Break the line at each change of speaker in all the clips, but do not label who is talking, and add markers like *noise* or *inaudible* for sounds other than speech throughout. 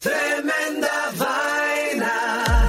Tremenda vaina.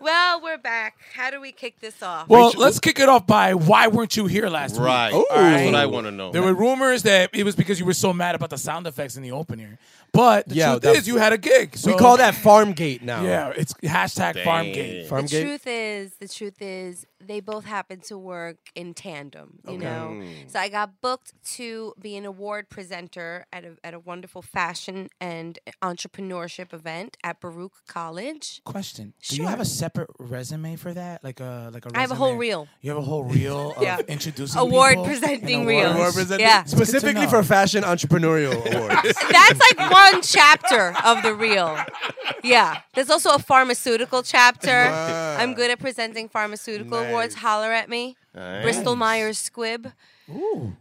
well, we're back. How do we kick this off?
Well, let's kick it off by why weren't you here last week?
Right.
All
That's
right.
what I want to know.
There were rumors that it was because you were so mad about the sound effects in the opener, but the
Yeah,
truth
that-
is you had a gig.
We
so-
call that Farmgate now.
Yeah, it's hashtag FarmGate.
the
Farmgate.
truth is, the truth is, they both happen to work in tandem. You know, so I got booked to be an award presenter at a at a wonderful fashion and entrepreneurship event at Baruch College.
Question: Do you have a separate resume for that? Like a like a. Resume?
I have a whole reel.
You have a
*laughs*
whole reel of
Yeah.
introducing
Award
people and
presenting
awards?
reels. Award presenting- Yeah. It's
Specifically for Fashion Entrepreneurial Awards.
That's like one chapter of the reel. Yeah. There's also a pharmaceutical chapter. I'm good at presenting pharmaceutical awards. Holler at me. Bristol Myers Squibb.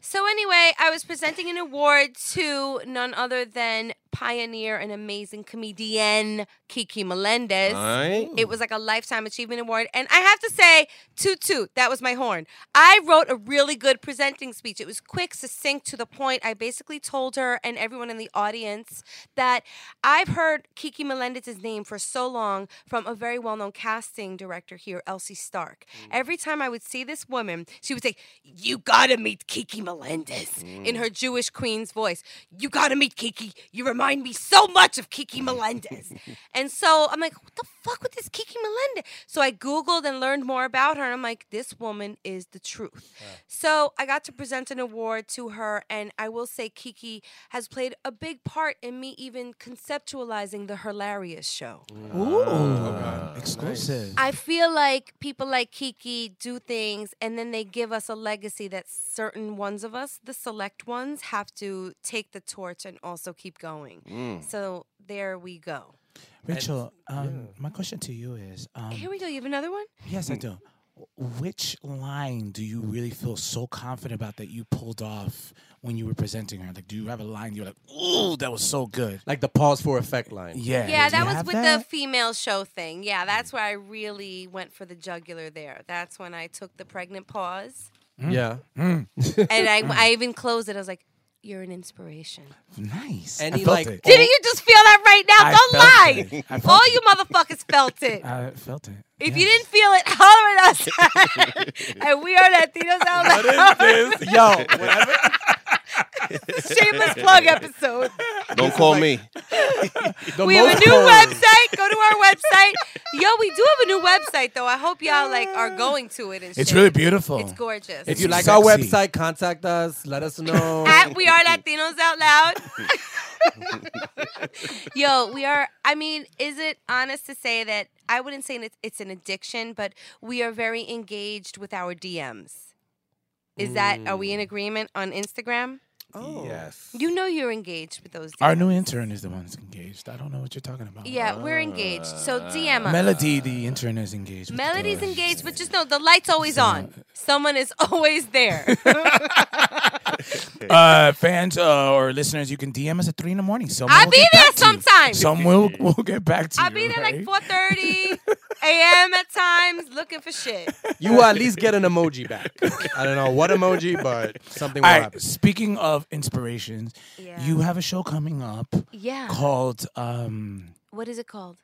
So, anyway, I was presenting an award to none other than pioneer and amazing comedian Kiki Melendez.
Aight.
It was like a lifetime achievement award. And I have to say, toot toot, that was my horn. I wrote a really good presenting speech. It was quick, succinct, to the point. I basically told her and everyone in the audience that I've heard Kiki Melendez's name for so long from a very well known casting director here, Elsie Stark. Every time I would see this woman, she would say, You gotta meet Kiki Melendez in her Jewish queen's voice. You gotta meet Kiki. You remind me so much of Kiki Melendez. and so I'm like, What the fuck with this Kiki Melendez? So I Googled and learned more about her. And I'm like, This woman is the truth. So I got to present an award to her. And I will say, Kiki has played a big part in me even conceptualizing the Hilarious show.
Ooh,
Oh,
exclusive.
I feel like people like Kiki do things and then they give us a legacy that certain ones of us, the select ones, have to take the torch and also keep going. So there we go.
Rachel, um, my question to you is: um,
Here we go. You have another one?
Yes, I do. Which line do you really feel so confident about that you pulled off when you were presenting her? Like, do you have a line you're like, "Ooh, that was so good"?
like the pause for effect line.
Yeah,
Yeah. do you
that was
have
with the
that? Mm.
female show thing. Yeah, that's where I really went for the jugular there. That's when I took the pregnant pause
Mm.
Yeah.
*laughs* and I, I even closed it. I was like, you're an inspiration.
nice.
And
I
he,
felt
like,
it.
Didn't you just feel that right now?
Oh. I
Don't
felt
lie.
it. I felt
All
it.
you motherfuckers felt it.
*laughs* I felt it.
If you didn't feel it, *laughs* holler at us. *laughs* and we are Latinos Out Loud.
*laughs* Yo, whenever,
Shameless plug episode.
Don't call me.
the
We have a
most
new
polls-
website. Go to our website. Yo, we do have a new website though. I hope y'all like are going to it and
It's
shit.
really beautiful.
It's gorgeous.
If
It's
you like our
sexy.
website, contact us. Let
*laughs*
us know.
At we
*laughs*
are Latinos Out Loud. *laughs* Yo, we are. I mean, is it honest to say that I wouldn't say it's, it's an addiction, but we are very engaged with our DMs. Is that are
Mm.
we in agreement on Instagram?
Yes.
You know you're engaged with those. DMs.
Our new intern is the one that's engaged. I don't know what you're talking about.
Yeah, we're engaged. So DM us.
Ah. Melody, the intern, is engaged. with the
Melody's
girls.
engaged, but just know the light's always on.
*laughs*
Someone is always there.
Uh, fans uh, or listeners, you can DM us at three in the morning. Someone
I'll
will
be
get
there
back to you.
sometime.
Some will will get back to
I'll
you.
be there like
right?
four thirty. am at times looking for shit.
You will at least get an emoji back. I don't know what emoji, but something will
All right,
happen.
Speaking of inspirations, you have a show coming up
Yeah.
called um,
What is it called?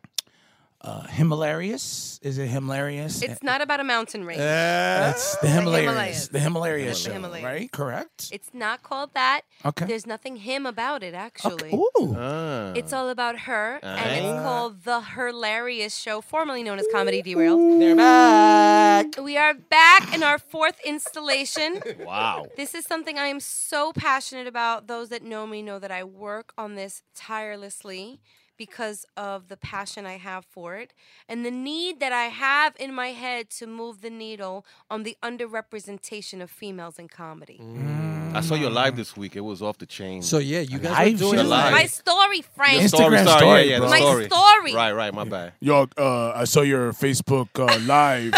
uh, Himalarious. Is it Himalarious?
It's not about a mountain range.
That's the
The
Himalarious.
Himalayas.
The Himalarious
The
show,
Himalayas.
right? Correct.
It's not called that.
Okay.
There's nothing him about it actually.
Ooh.
It's all about her, and
Ah.
it's called The Hilarious Show, formerly known as Comedy Derailed.
They're back.
We are back in our fourth
*laughs*
installation.
Wow.
This is something I am so passionate about. Those that know me know that I work on this tirelessly because of the passion I have for it and the need that I have in my head to move the needle on the underrepresentation of females in comedy.
I saw you live this week. It was off the chain.
So yeah, you guys
Live
are doing
show.
it live.
My story, Frank.
Your story,
Instagram
sorry,
story,
yeah, yeah,
bro.
the
My
story.
story.
Right, right, my bad.
Yo, uh, I saw your Facebook uh, live.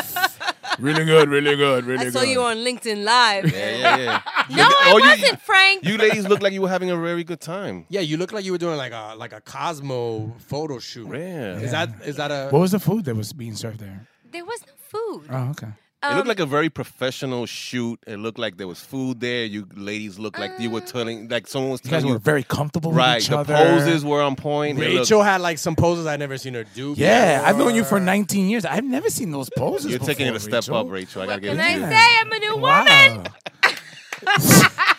*laughs*
really good, really good, really
I
good.
saw you on LinkedIn Live.
Yeah, yeah, yeah.
*laughs* No, I
Oh, you-
wasn't, Frank.
You ladies look like you were having a very good time.
Yeah, you look like you were doing like a like a Cosmo photo shoot.
Yeah.
Is that is that a
What was the food that was being served there?
There was no food.
Oh, okay.
It
Um,
looked like a very professional shoot. It looked like there was food there. You ladies looked like you were
Mm.
telling, like someone was
You guys
telling you.
were very comfortable
right,
with each
the
other.
poses were on point. It looked-
Rachel had like some poses I'd never seen her do.
Yeah, I've known you
before.
for 19 years. I've never seen those poses.
You're taking it a
before,
step
Rachel.
up, Rachel. I gotta give
Can
it
I
to you.
say I'm a new woman?
Wow.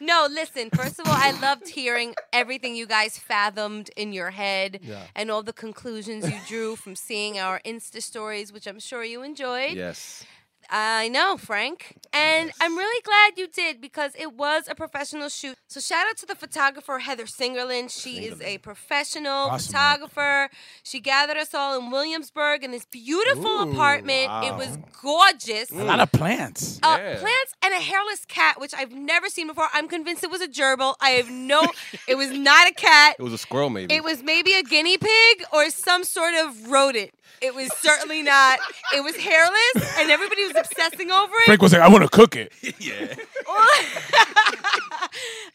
No, listen. First of all, I loved hearing everything you guys fathomed in your head and all the conclusions you drew from seeing our Insta stories, which I'm sure you enjoyed.
Yes.
I know, Frank. And I'm really glad you did because it was a professional shoot. So shout out to the photographer Heather Singerland. She is a professional
Awesome.
photographer. She gathered us all in Williamsburg in this beautiful apartment. It was gorgeous.
A lot of plants.
Uh,
Mm, Yeah.
Plants and a hairless cat, which I've never seen before. I'm convinced it was a gerbil. I have
*laughs*
no. it was not a cat.
It was a squirrel, maybe.
It was maybe a guinea pig or some sort of rodent. It was certainly not. It was hairless, and everybody was obsessing over it.
Frank was like, I want to cook
*laughs*
it.
*laughs*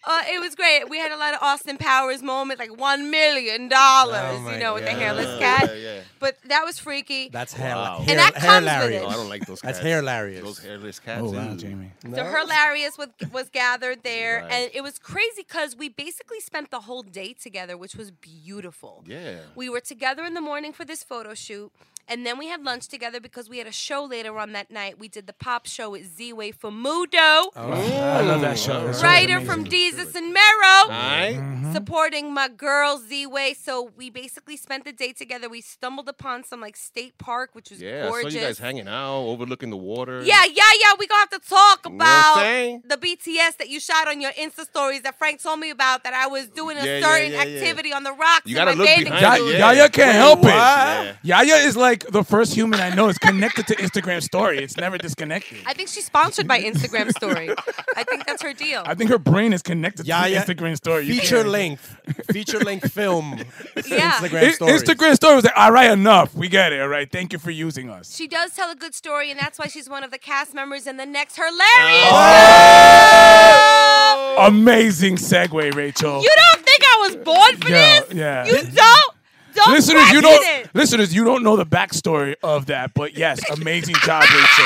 Uh, it was great. We had a lot of Austin Powers moments, like one million dollars,
my
you know, with the
God.
hairless
yeah,
cat.
yeah.
But that was freaky.
That's hair.
Wow.
hair
And
that
hair
comes with
hilarious.
it.
Oh, I don't like those
That's
cats.
hilarious.
Those hairless cats.
Oh, wow,
ew.
Jamie.
So Hilarious was, was gathered there,
Right.
and it was crazy because we basically spent the whole day together, which was beautiful.
Yeah.
We were together in the morning for this photo shoot, and then we had lunch together because we had a show later on that night. We did the pop show with Z Way from Mudo,
I love that show. That show is
writer
Oh, amazing.
from Jesus and Mero.
Right?
Mm-hmm.
supporting my girl Z Way. So we basically spent the day together. We stumbled upon some like state park, which was
Yeah, I
gorgeous.
saw you guys hanging out, overlooking the water.
yeah, yeah, yeah. We gonna have to talk
You know what I'm
about
saying?
the BTS that you shot on your Insta stories that Frank told me about that I was doing a
Yeah, yeah,
certain
yeah, yeah.
activity on the rocks
You
in
gotta
my
look
bathing
behind
suit.
it, yeah.
Yaya can't help it.
Yeah.
Yaya is like the first human I know is connected to Instagram story. It's never disconnected.
I think she's sponsored by Instagram
*laughs*
story. I think that's her deal. *laughs*
I think her brain is connected
Yaya-
to Instagram story. You
Feature
can't-
length, feature
*laughs*
length film.
Yeah.
Instagram
I-
stories.
Instagram story was like, all right, enough. We get it. All right. Thank you for using us.
She does tell a good story, and that's why she's one of the cast members in the next hilarious.
Oh!
show.
Amazing segue, Rachel.
You don't think I was born for
Yeah,
this?
yeah.
You don't. Don't
listeners, you
question
don't.
it.
Listeners, you don't know the backstory of that,
*laughs*
but yes, amazing job, Rachel.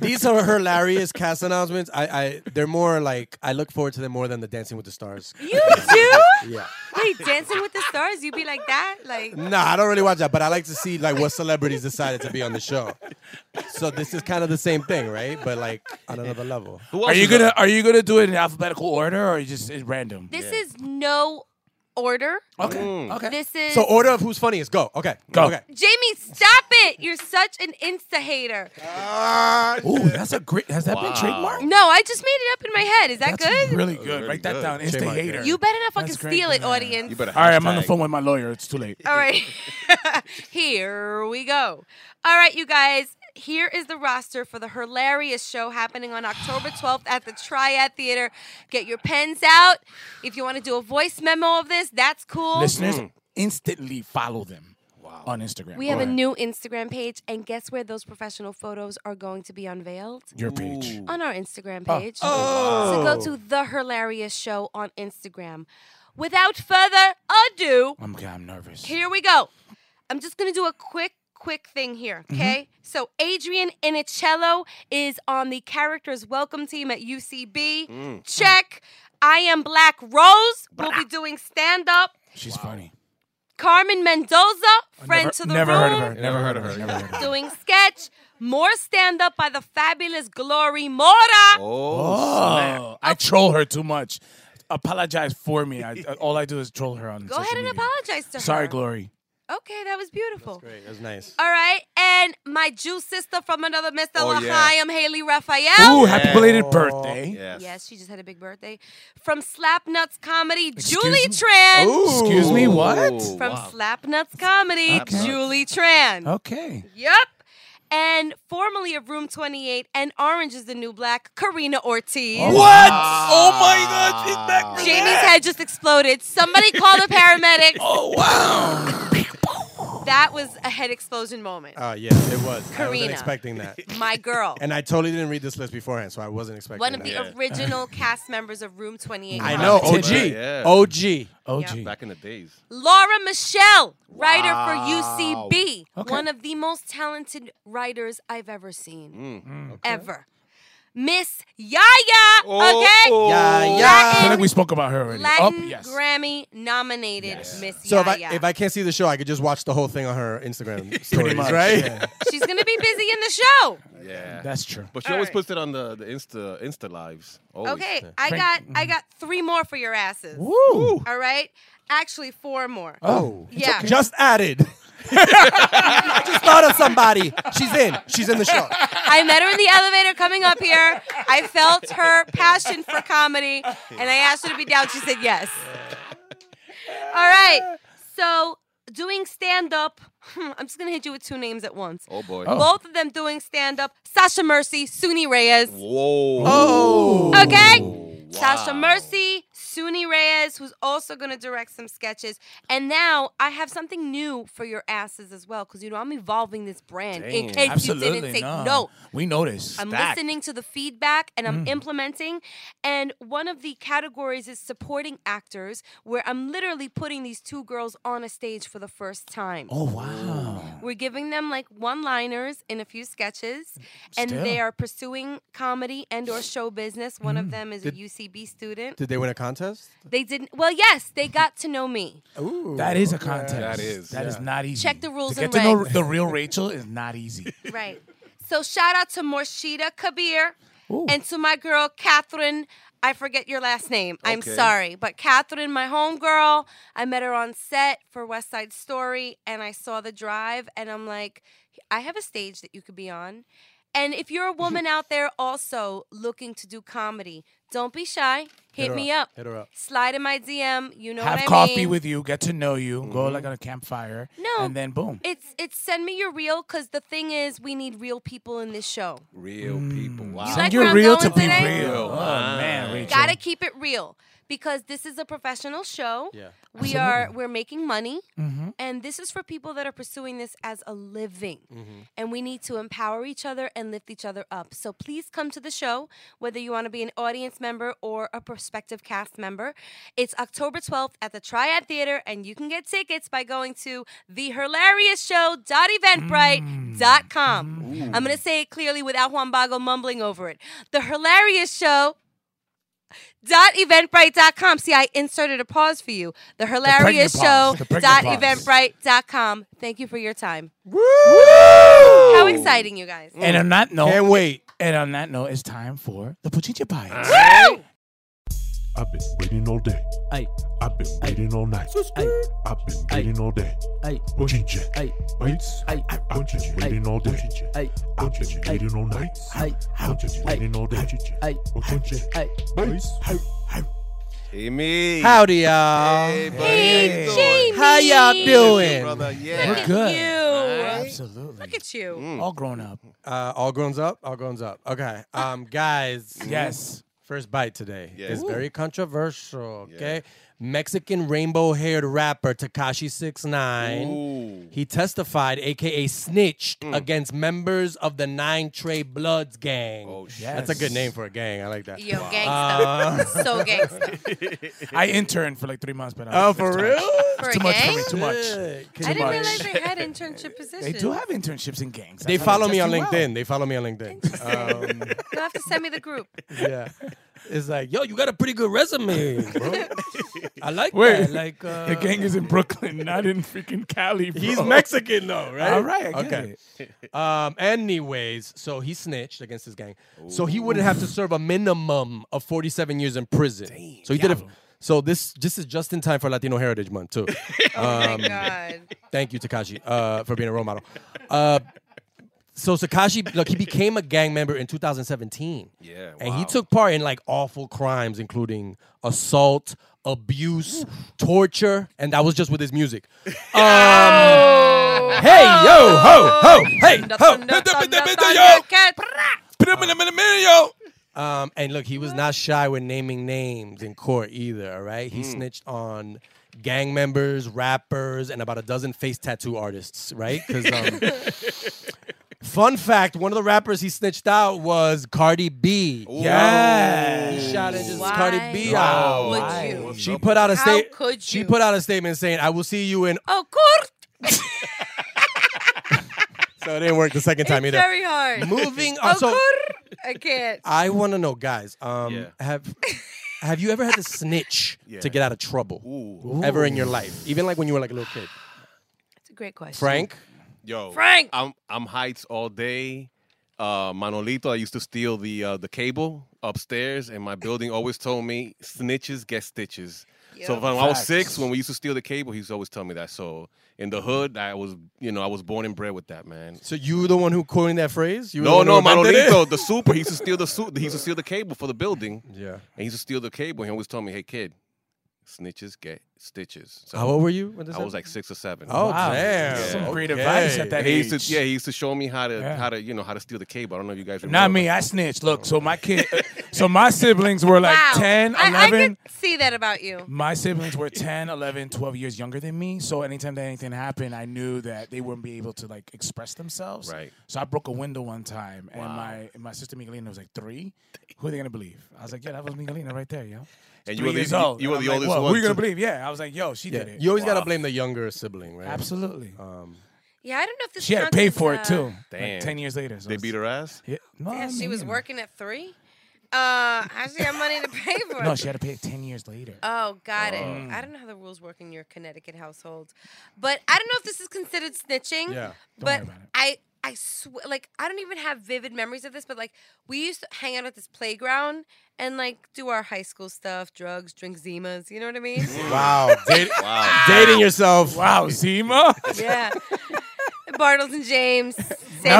These are hilarious cast announcements. I, I, they're more like I look forward to them more than the Dancing with the Stars.
You do?
Yeah.
Wait, Dancing with the Stars? You be like that? Like,
Nah, I don't really watch that, but I like to see like what celebrities decided to be on the show. So this is kind of the same thing, right? But like on another level.
Who
Are
else
you
is
gonna
*laughs*
up?
Are you gonna do it in alphabetical order or just in random?
this is no order.
Okay. Okay.
This is.
So order of who's funniest. Go. Okay.
Go.
Okay.
Jamie, stop it! You're such an insta hater.
Ooh, that's a great. Has that been
Wow.
trademarked?
No, I just made it up in my head. Is that
That's
good?
Really good.
really
Write that
good.
down. Insta
Trademark,
hater.
you better not fucking
That's great.
steal it, audience.
You better
All right, I'm on the
hashtag.
phone with my lawyer. It's too late.
All right. *laughs* here we go. All right, you guys. Here is the roster for the hilarious show happening on October 12th at the Triad Theater. Get your pens out. If you want to do a voice memo of this, that's cool.
Listeners, instantly follow them on Instagram.
we have a
Or
new Instagram page, and guess where those professional photos are going to be unveiled?
your page.
on our Instagram page. So go to The Hilarious Show on Instagram. Without further ado,
I'm, I'm nervous.
here we go. I'm just going to do a quick quick thing here,
Mm-hmm.
okay? So Adrian Inicello is on the characters welcome team at UCB.
Mm-hmm.
Mm.
Check. I am Black Rose. We'll be doing stand up.
She's funny.
Carmen Mendoza, friend
never-
to the
never
room.
heard of her. Never heard of her. Never heard of her.
Doing sketch. More stand up by the fabulous Glory Mora.
Oh, I troll her too much. Apologize for me. I, all I do is troll her on.
Go ahead and apologize to her.
Sorry, Glory.
Okay, that was beautiful.
Great, that's nice.
All right, and my Jew sister from another Mr.
Oh,
Lahaim,
yeah.
Haley Raphael.
Ooh, happy belated birthday.
Yes. she just had a big birthday. From Slapnuts Comedy, Julie
me?
Tran.
Ooh. Excuse me, what?
From
Wow. Oh.
Slapnuts Comedy,
Slapnuts.
Julie Tran.
Okay.
Yep. And formerly of Room 28 and Orange is the New Black, Karina Ortiz.
What? Oh
Ah.
my God, she's back for
Jamie's
that.
head just exploded. Somebody call the paramedics. Oh, wow. that was a head explosion moment.
Uh,
Oh yeah, it was. I
Karina.
wasn't expecting that.
My girl.
And I totally didn't read this list beforehand, so I wasn't expecting
One of
that.
the original cast members of Room 28.
I know OG, OG,
OG. Back in the days.
Laura Michelle, writer
Wow.
for UCB,
Okay.
one of the most talented writers I've ever seen.
Mm.
Ever. Miss Yaya,
Oh,
okay?
oh.
Ah,
Yaya. I feel like we spoke
about her
Latin Grammy nominated Miss
Oh, So if I
Yaya.
if I can't see the show, I could just watch the whole thing on her
*laughs*
Instagram stories,
much,
right? *laughs*
yeah.
She's going to be busy in the
*laughs*
show.
Yeah.
That's true.
But she always puts it on the, the Insta Insta lives. Always.
Okay, I got
Mm-hmm.
I got three more for your asses.
Woo.
All right? Actually, four more.
Oh, it's
Yeah.
okay. just added. *laughs* I just thought of somebody. She's in. She's in the show.
I met her in the elevator coming up here. I felt her passion for comedy, and I asked her to be down. She said
*laughs*
yes. All right. So doing stand up, *laughs* I'm just gonna hit you with two names at once.
Oh boy.
Both of them doing stand up. Sasha Mercy, Suni Reyes.
Whoa.
Oh. Okay. Sasha Mercy, Suni Reyes, who's also going to direct some sketches. And now I have something new for your asses as well, because you know I'm evolving this brand. In
Dang.
case you
Absolutely
didn't take
no.
note,
We noticed.
I'm listening to the feedback and
Mm.
I'm implementing. And one of the categories is supporting actors, where I'm literally putting these two girls on a stage for the first time.
Oh wow.
We're giving them like one-liners in a few sketches, and
Mm, Still. Mm.
they are pursuing comedy and/or show business. One of them is
Did-
a UCB student.
Did they win a contest?
They didn't. Well, yes, they got to know me.
Ooh,
That is a
okay.
contest. That is. That is not easy.
Check the rules
to get
and
to know
regs.
the real Rachel is not easy.
Right. So shout out to Morshida Kabir and to my girl Catherine. I forget your last name. I'm
Okay.
sorry, but Catherine, my homegirl, I met her on set for West Side Story, and I saw the drive, and I'm like, I have a stage that you could be on. And if
*laughs*
you're a woman out there also looking to do comedy, don't be shy. Hit,
her
me
up.
up.
Hit her up.
Slide in my DM. You know
Have
what I
coffee
mean. Mm-hmm.
with you, get to know you, go like on a campfire,
No.
and then boom.
It's it's send me your reel because the thing is we need real people in this show.
Real
Mm.
people. Wow.
like Send your where I'm real to going be today?
real. Oh, man, Rachel.
Gotta keep it real because this is a professional show.
Yeah.
We
Absolutely.
are we're making money,
Mhm.
and this is for people that are pursuing this as a living.
Mhm.
And we need to empower each other and lift each other up. So please come to the show, whether you want to be an audience member or a prospective cast member. It's October 12th at the Triad Theater, and you can get tickets by going to thehilariousshow.eventbrite.com. I'm going to say it clearly without Juan Bago mumbling over it. The Hilarious Show dot eventbrite.com see i inserted a pause for you the hilarious show
pause, the pregnant
dot
pause.
eventbrite.com thank you for your time
Woo!
how exciting you guys
And on that note,
Can't wait. Uh,
And on that note, it's time for the Puchicha Bites.
I've been waiting all day.
Ay.
I've been waiting all night.
Ay.
I've been waiting all day.
Ay.
Bochinche.
Ay.
Bites.
Ay.
I've been waiting all day.
Ay.
I've been waiting all night.
Ay.
I've been waiting all day. Oh,
Ay.
Bochinche. Bites.
Hey, me.
Howdy, y'all.
Hey, buddy.
Hey, Jamie.
How y'all doing?
Brother, yeah.
Look at you. Absolutely. Look at you.
All grown up.
Uh, all grown up. All grown up. Okay, um, guys.
Yes.
First bite today
Yes.
is
Ooh.
very controversial. Okay, Mexican rainbow-haired rapper Takashi 69. He testified, aka snitched, against members of the Nine Trey Bloods gang. Oh shit. That's a good name for a gang. I like that.
Yo, gangsta.
Uh,
so gangsta.
I interned for like three months, but
Oh,
it's
for
too
real?
Much.
For
It's
a
too much
gang?
for me. Too much. Too
I didn't
much.
realize they had internship positions.
They do have internships in gangs.
They
That's how
follow me on
test you out.
LinkedIn. They follow me on LinkedIn. Um,
You'll have to send me the
*laughs*
group.
yeah. It's like, yo, you got a pretty
*laughs*
good resume, bro. I like
Wait,
that. Like uh,
the gang is in Brooklyn, not in freaking Cali. Bro.
*laughs* He's Mexican though, right?
All right, I get
okay. Um, anyways, so he snitched against his gang, so he wouldn't have to serve a minimum of 47 years in prison. so he did it. So this this is just in time for Latino Heritage Month too.
Um,
Oh my god.
Thank you, Takashi, uh, for being a role model. Uh, so Takashi, look, he became a gang member in 2017.
Yeah,
and he
wow.
took part in like awful crimes, including assault, abuse, torture, and that was just with his music. Um, hey yo ho ho hey ho. Um, and look, he was not shy with naming names in court either. All right, he snitched on gang members, rappers, and about a dozen face tattoo artists. Right? Because um, fun fact, one of the rappers he snitched out was Cardi B. Yeah, he shot at just
Why
Cardi B
Wow.
out.
would Why? you? What's
She
up
put out a
How
statement.
could
She
you?
put out a statement saying, "I will see you in."
Oh, court.
So it didn't work the second time either.
Very hard.
Moving
Oh,
on. So
court. I can't.
I want to know, guys. Um,
Yeah.
have have you ever had to snitch
*laughs* Yeah.
to get out of trouble?
Ooh.
Ever in your life, even like when you were like a little kid,
It's a great question.
Frank?
Yo,
Frank!
I'm I'm heights all day. Uh, Manolito, I used to steal the uh, the cable upstairs, and my building always told me snitches get stitches. So
Yep.
when I was
Facts.
six, when we used to steal the cable, he used to always tell me that. So in the hood, I was you know I was born and bred with that man.
So you were the one who coined that phrase? You were
No,
the
no,
one who invented
Manolito,
it?
the super. He used to steal the suit. He used to steal the cable for the building, and
Yeah.
he used to steal the cable. He always told me, "Hey kid, snitches get stitches." So
How old were you? When this
I was
happened?
like six or seven.
Oh
Wow.
damn!
Some great
Okay.
advice at that
he
age.
used to, yeah, he used to show me how to
Yeah.
how to you know how to steal the cable. I don't know if you guys remember.
Not me. I snitched. Look, so my kid, *laughs* so my siblings were like
wow.
10,
I-
11.
I, can see that about you.
My
*laughs*
siblings were 10, 11, 12 years younger than me. So anytime that anything happened, I knew that they wouldn't be able to like express themselves.
Right.
So I broke a window one time, and my my sister Miguelina was like three. Who are they gonna believe? I was like, yeah, that was Miguelina right there, yo.
And
She's
you were
three
the-
years
you-
old.
you
And
were
I'm
the
like,
oldest
"Whoa, Who
one,
you gonna
too."
believe? Yeah. I was like, yo, she
Yeah.
did it.
You always gotta blame the younger sibling, right?
Absolutely.
Um,
Yeah, I don't know if this.
she had to
counts
pay
as,
for it
uh,
too.
Uh, Damn.
Like ten years later.
*laughs*
So
They
it's-
beat her ass.
Yeah. No,
Yeah,
I
she was
mean-
working at three. Uh, how she have money to
*laughs*
pay for it?
No, she had to pay it ten years later.
Oh, got it. I don't know how the rules work in your Connecticut household, but I don't know if this is considered snitching.
Yeah.
but
worry about it.
I, I swear, like I don't even have vivid memories of this, but like we used to hang out at this playground and like do our high school stuff, drugs, drink Zimas. You know what I
*laughs*
mean?
wow. Date-
Wow.
dating yourself.
Wow,
*laughs*
Zima.
yeah. Bartles and James,
Now-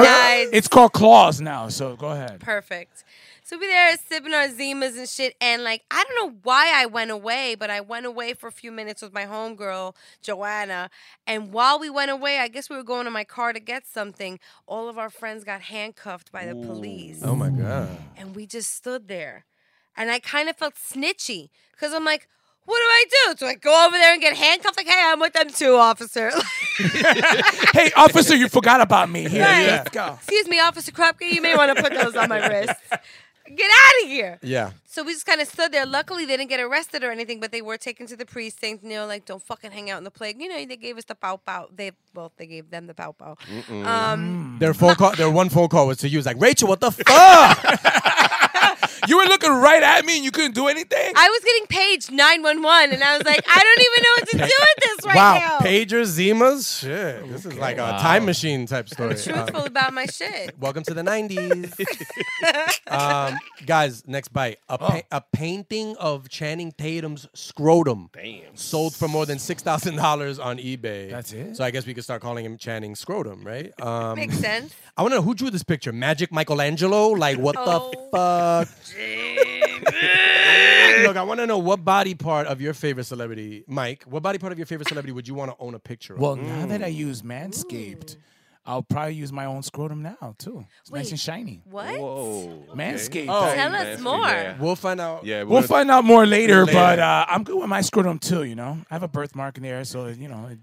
St. Ives.
It's called claws now. So go ahead.
Perfect. So we there sipping our Zimas and shit, and like I don't know why I went away, but I went away for a few minutes with my homegirl Joanna, and while we went away, I guess we were going to my car to get something. All of our friends got handcuffed by the police,
Oh my god.
and we just stood there, and I kind of felt snitchy because I'm like. What do I do? Do I go over there and get handcuffed? Like, hey, I'm with them too, officer. *laughs*
hey, officer, you forgot about me. Here,
Right.
let's go.
Excuse me, Officer Krupke, you may want to put those on
*laughs*
my wrist. Get out of here.
Yeah.
So we just kind of stood there. Luckily, they didn't get arrested or anything, but they were taken to the precinct. And they were like, "Don't fucking hang out in the plague." You know, they gave us the pow pow. They well, they gave them the pow pow. Um,
Their phone call. Their one phone call was to you. It's like Rachel, what the fuck?
*laughs* You were looking right at me and you couldn't do anything.
I was getting paged nine one one, and I was like, I don't even know what
*laughs*
to do with this right
wow.
now.
Pager Zimas. Shit. This is like a time machine
*laughs*
type story.
Truthful
Um,
about my shit.
Welcome to the 90s. um, guys, next bite.
Oh.
A, pa- a painting of Channing Tatum's scrotum
Damn.
sold for more than $6,000 on eBay.
That's it?
So I guess we could start calling him Channing Scrotum, right? Um,
Makes sense.
I want to know who drew this picture. Magic Michelangelo? Like, what
Oh. *laughs*
the fuck? Look, I want to know what body part of your favorite celebrity, Mike, what body part of your favorite celebrity would you want to own a picture of?
Well, now that I use Manscaped, I'll probably use my own scrotum now too. It's nice
Wait,
and shiny.
What?
Whoa.
Manscaped.
Oh, Tell us manscaped, more. yeah.
We'll find out.
Yeah,
we'll,
we'll- *laughs*
find out more later,
Later.
But uh, I'm good with my scrotum too. You know, I have a birthmark in there, so you know, it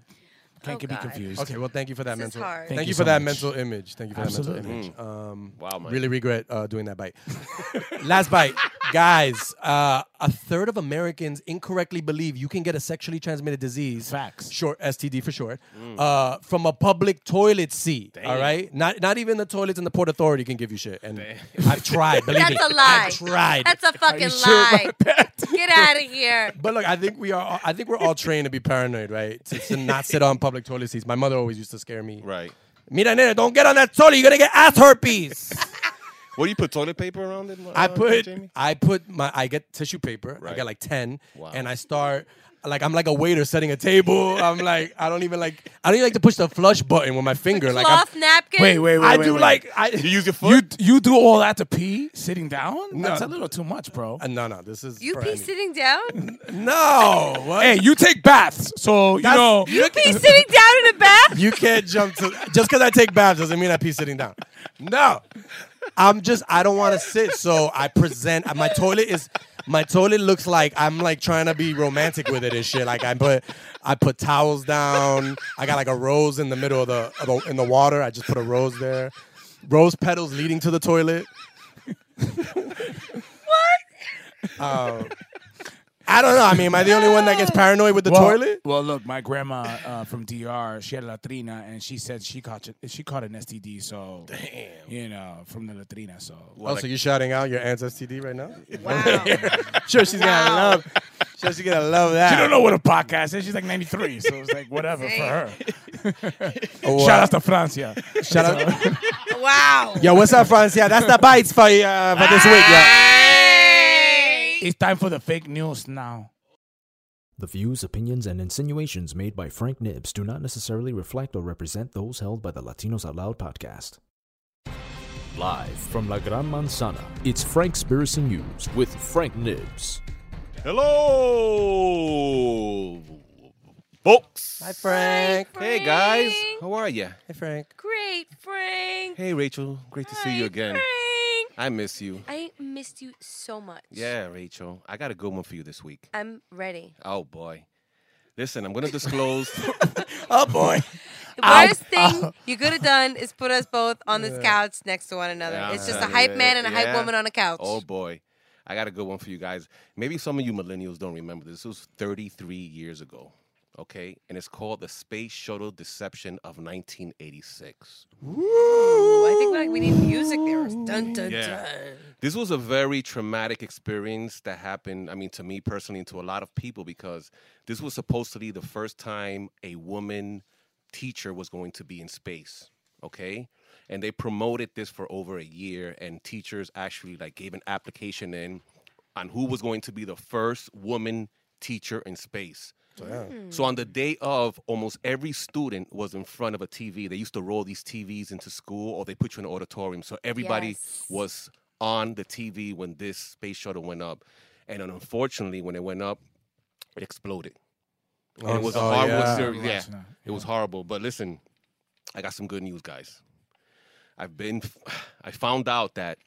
can't
Oh,
get
God.
me confused.
Okay, well, thank you for that
This is
mental.
hard.
Thank,
Thank
you,
you
for
so
that
much.
mental image. Thank you for that
Absolutely. Mm.
mental image. Um,
wow, man.
Really regret uh, doing that bite. *laughs* Last bite, guys. Uh, a third of Americans incorrectly believe you can get a sexually transmitted disease. Facts. Short STD for short.
Mm.
Uh, from a public toilet seat. All
Damn.
right. Not not even the toilets in the port authority can give you shit. And I've tried. Believe me,
That's a lie.
I've tried.
That's a fucking lie. Get out of here.
*laughs* But look, I think we are. I think we're all trained to be paranoid, right? To, to not sit on public toilet seats. My mother always used to scare me. Right. Mira, nena, don't get on that toilet. You're gonna get ass herpes.
What do you put toilet paper around it?
I
uh,
put.
Jamie?
I put my. I get tissue paper. I
Right.
get like ten,
Wow.
and I start. Like I'm like a waiter setting a table. I'm like I don't even like I don't even like to push the flush button with my finger. like I'm-
Cloth napkin.
I do like I, you use your foot.
You do all that to pee sitting down?
No. Uh,
That's a little too much, bro.
no, no, this is
You pee sitting
*laughs*
down?
*laughs*
No. What?
Hey, you take baths, so you
That's-
know.
You pee sitting down in a
*laughs*
bath?
You can't jump to just because I take baths doesn't mean I pee sitting down. No, I'm just I don't want to sit, so I present. My toilet is my toilet looks like I'm like trying to be romantic with it and shit. Like I put I put towels down. I got like a rose in the middle of the, of the in the water. I just put a rose there. Rose petals leading to the toilet. what? Um, I don't know. I mean, am I the only one that gets paranoid with the
Well-
toilet?
Well, look, my grandma uh, from DR, she had a latrina, and she said she caught it- she caught an STD. So damn, you know, from the latrina. So
Oh, so you're shouting out your aunt's STD right now?
Wow.
*laughs* sure, she's gonna
Wow.
love. Sure, she's gonna love that.
She don't know what a podcast is. She's like 93, so it's like whatever for her.
Oh, wow.
Shout out to Francia.
Shout out.
wow.
*laughs* Yo, what's up, Francia? That's the bites for uh, for this week, yo.
Ah.
It's time for the fake news now.
The views, opinions, and insinuations made by Frank Nibs do not necessarily reflect or represent those held by the Latinos Out Loud podcast. Live from La Gran Manzana, it's Frank Spiracy News with Frank Nibs.
Hello, folks.
Hi, Frank.
Hey, guys. How are you?
Hey, Frank.
Great, Frank.
Hey, Rachel. Great to see you again. I miss you.
I missed you so much.
Yeah, Rachel. I got a good one for you this week.
I'm ready.
Oh boy. Listen, I'm gonna disclose.
oh boy.
The worst
*laughs*
thing you could have done is put us both on this couch next to one another.
Yeah,
it's
I'm
just a
telling
hype
you,
man and a hype
yeah.
woman on a couch.
Oh boy, I got a good one for you guys. Maybe some of you millennials don't remember this. This was 33 years ago, okay? And it's called the Space Shuttle Deception of 1986.
Ooh, I think like we need music there. Dun dun dun.
This was a very traumatic experience that happened, I mean, to me personally and to a lot of people because this was supposed to be the first time a woman teacher was going to be in space, okay? And they promoted this for over a year and teachers actually like gave an application in on who was going to be the first woman teacher in space.
Damn.
So on the day of, almost every student was in front of a TV. They used to roll these TVs into school, or they put you in an auditorium. So everybody
Yes.
was on the TV when this space shuttle went up, and then unfortunately, when it went up, it exploded. And
Oh,
it was a
oh,
horrible
yeah.
series. Yeah,
Watching that,
it was horrible. But listen, I got some good news, guys. I've been, *sighs* I found out that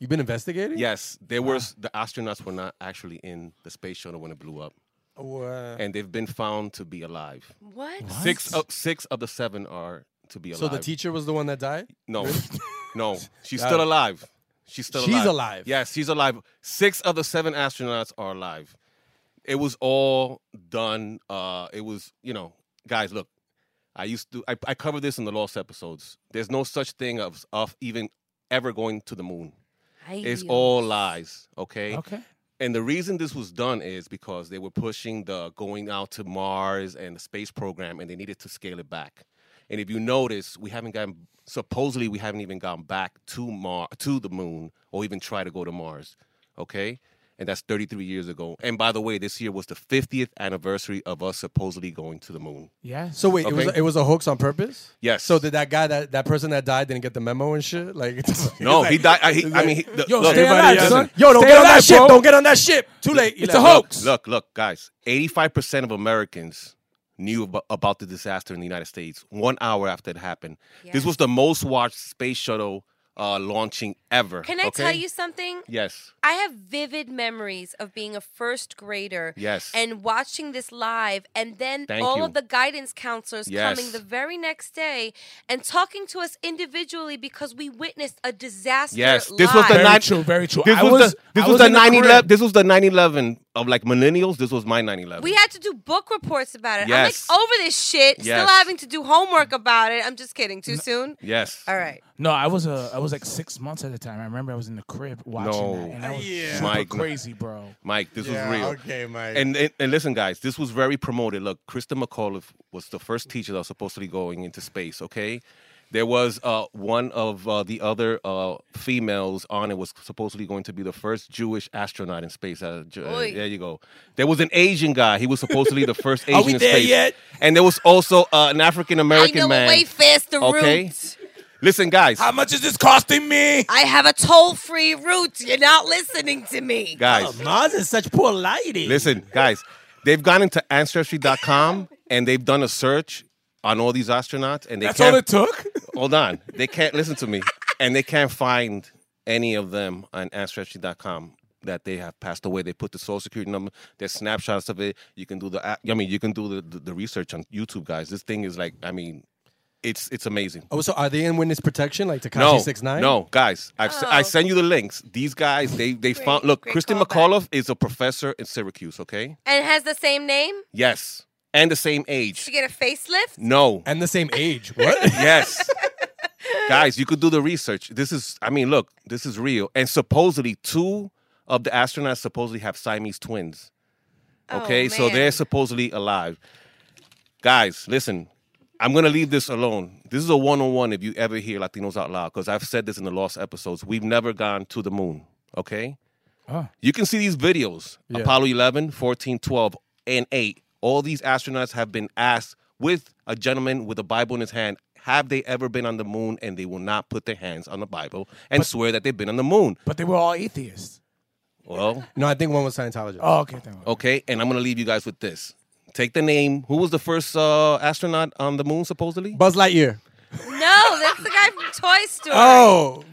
You've been investigating?
yes, there was the astronauts were not actually in the space shuttle when it blew up
Oh, What?
and they've been found to be alive.
What? What?
Six of six of the seven are to be alive.
So the teacher was the one that died?
No,
Really? *laughs*
no, she's
Got
still
it.
alive. She's still
She's
alive.
alive.
Yes, she's alive. Six of the seven astronauts are alive. It was all done. Uh, it was you know, guys. Look, I used to. I, I covered this in the lost episodes. There's no such thing of of even ever going to the moon. It's
Ay,
all lies, okay?
Okay.
And the reason this was done is because they were pushing the going out to Mars and the space program, and they needed to scale it back. And if you notice, we haven't gotten supposedly we haven't even gone back to Mar to the moon or even try to go to Mars, okay? And that's 33 years ago. And by the way, this year was the 50th anniversary of us supposedly going to the moon.
Yes.
So wait, it was
Okay.
it was a hoax on purpose?
Yes.
So did that guy that that person that died didn't get the memo and shit? Like *laughs* it's
No,
like-
he died. I, he,
it's
I
like,
mean, he, the,
yo,
look,
stay alive,
listen.
son. Yo, don't
Stay
get on that
alive,
ship.
bro.
Don't get on that ship. Too late.
Look, look, Look, look, guys. Eighty-five percent of Americans knew ab- about the disaster in the United States one hour after it happened. This was the most watched space shuttle uh, launching ever.
Can I
okay?
tell you something?
Yes.
I have vivid memories of being a first grader.
Yes.
And watching this live, and then
Thank
all
you.
of the guidance counselors
Yes.
coming the very next day and talking to us individually because we witnessed a disaster.
Yes, this was the
live.
nine. This
I
was,
was-
the this
I
was,
was
the
in the
nine eleven.
crib.
This was the nine eleven of like millennials. This was my nine eleven.
We had to do book reports about it.
Yes.
I'm like over this shit. Still
Yes.
having to do homework about it. I'm just kidding. Too soon.
Yes.
All right.
No, I was uh, I was like six months at the time. I remember I was in the crib watching
No, Oh
that, and I was super
Mike,
crazy, bro.
Mike, this
Yeah,
was real.
okay, Mike.
And, and and listen, guys, this was very promoted. Look, Krista McAuliffe was the first teacher that was supposedly going into space. Okay, there was uh, one of uh, the other uh, females on it was supposedly going to be the first Jewish astronaut in space. Uh, Ju- uh,
Oy.
there you go. There was an Asian guy. He was supposedly the first Asian
Are we
in
there
space.
yet?
And there was also uh, an African
I
American
know
man.
a way faster
okay.
route.
Listen, guys. How
much is this costing me?
I have a toll-free route. You're not listening to me.
Oh,
guys. Mars is such poor lighting. Listen, guys, they've gone into ancestry.com and they've done a search on all these astronauts and they
That's
can't,
all it took?
Hold on. They can't listen to me. And they can't find any of them on ancestry.com that they have passed away. They put the social security number, there's snapshots of it. You can do the a- I mean, you can do the, the, the research on YouTube, guys. This thing is like, I mean, it's it's amazing.
Oh, so are they in witness protection like Takashi
No,
Six Nine?
no, guys, I've, s- I send you the links. These guys, they they found. Look, Kristen McAuliffe is a professor in Syracuse. Okay,
And has the same name?
yes, and the same age.
She get a facelift?
No,
and the same age. What?
yes, guys, you could do the research. This is, I mean, look, this is real. And supposedly, two of the astronauts supposedly have Siamese twins.
Oh,
Okay, so they're supposedly alive. Guys, listen, I'm gonna leave this alone. This is a one-on-one if you ever hear Latinos out loud, because I've said this in the lost episodes. We've never gone to the moon. Okay.
Oh.
You can see these videos
Yeah.
Apollo 11, 14, 12, and 8. All these astronauts have been asked with a gentleman with a Bible in his hand, have they ever been on the moon? And they will not put their hands on the Bible and swear that they've been on the moon.
But they were all atheists.
Well,
*laughs* No, I think one was Scientologist.
Oh, okay. Thank
okay, and I'm going to leave you guys with this. Take the name. Who was the first uh, astronaut on the moon, supposedly?
Buzz Lightyear.
No, that's the guy from Toy Story.
Oh.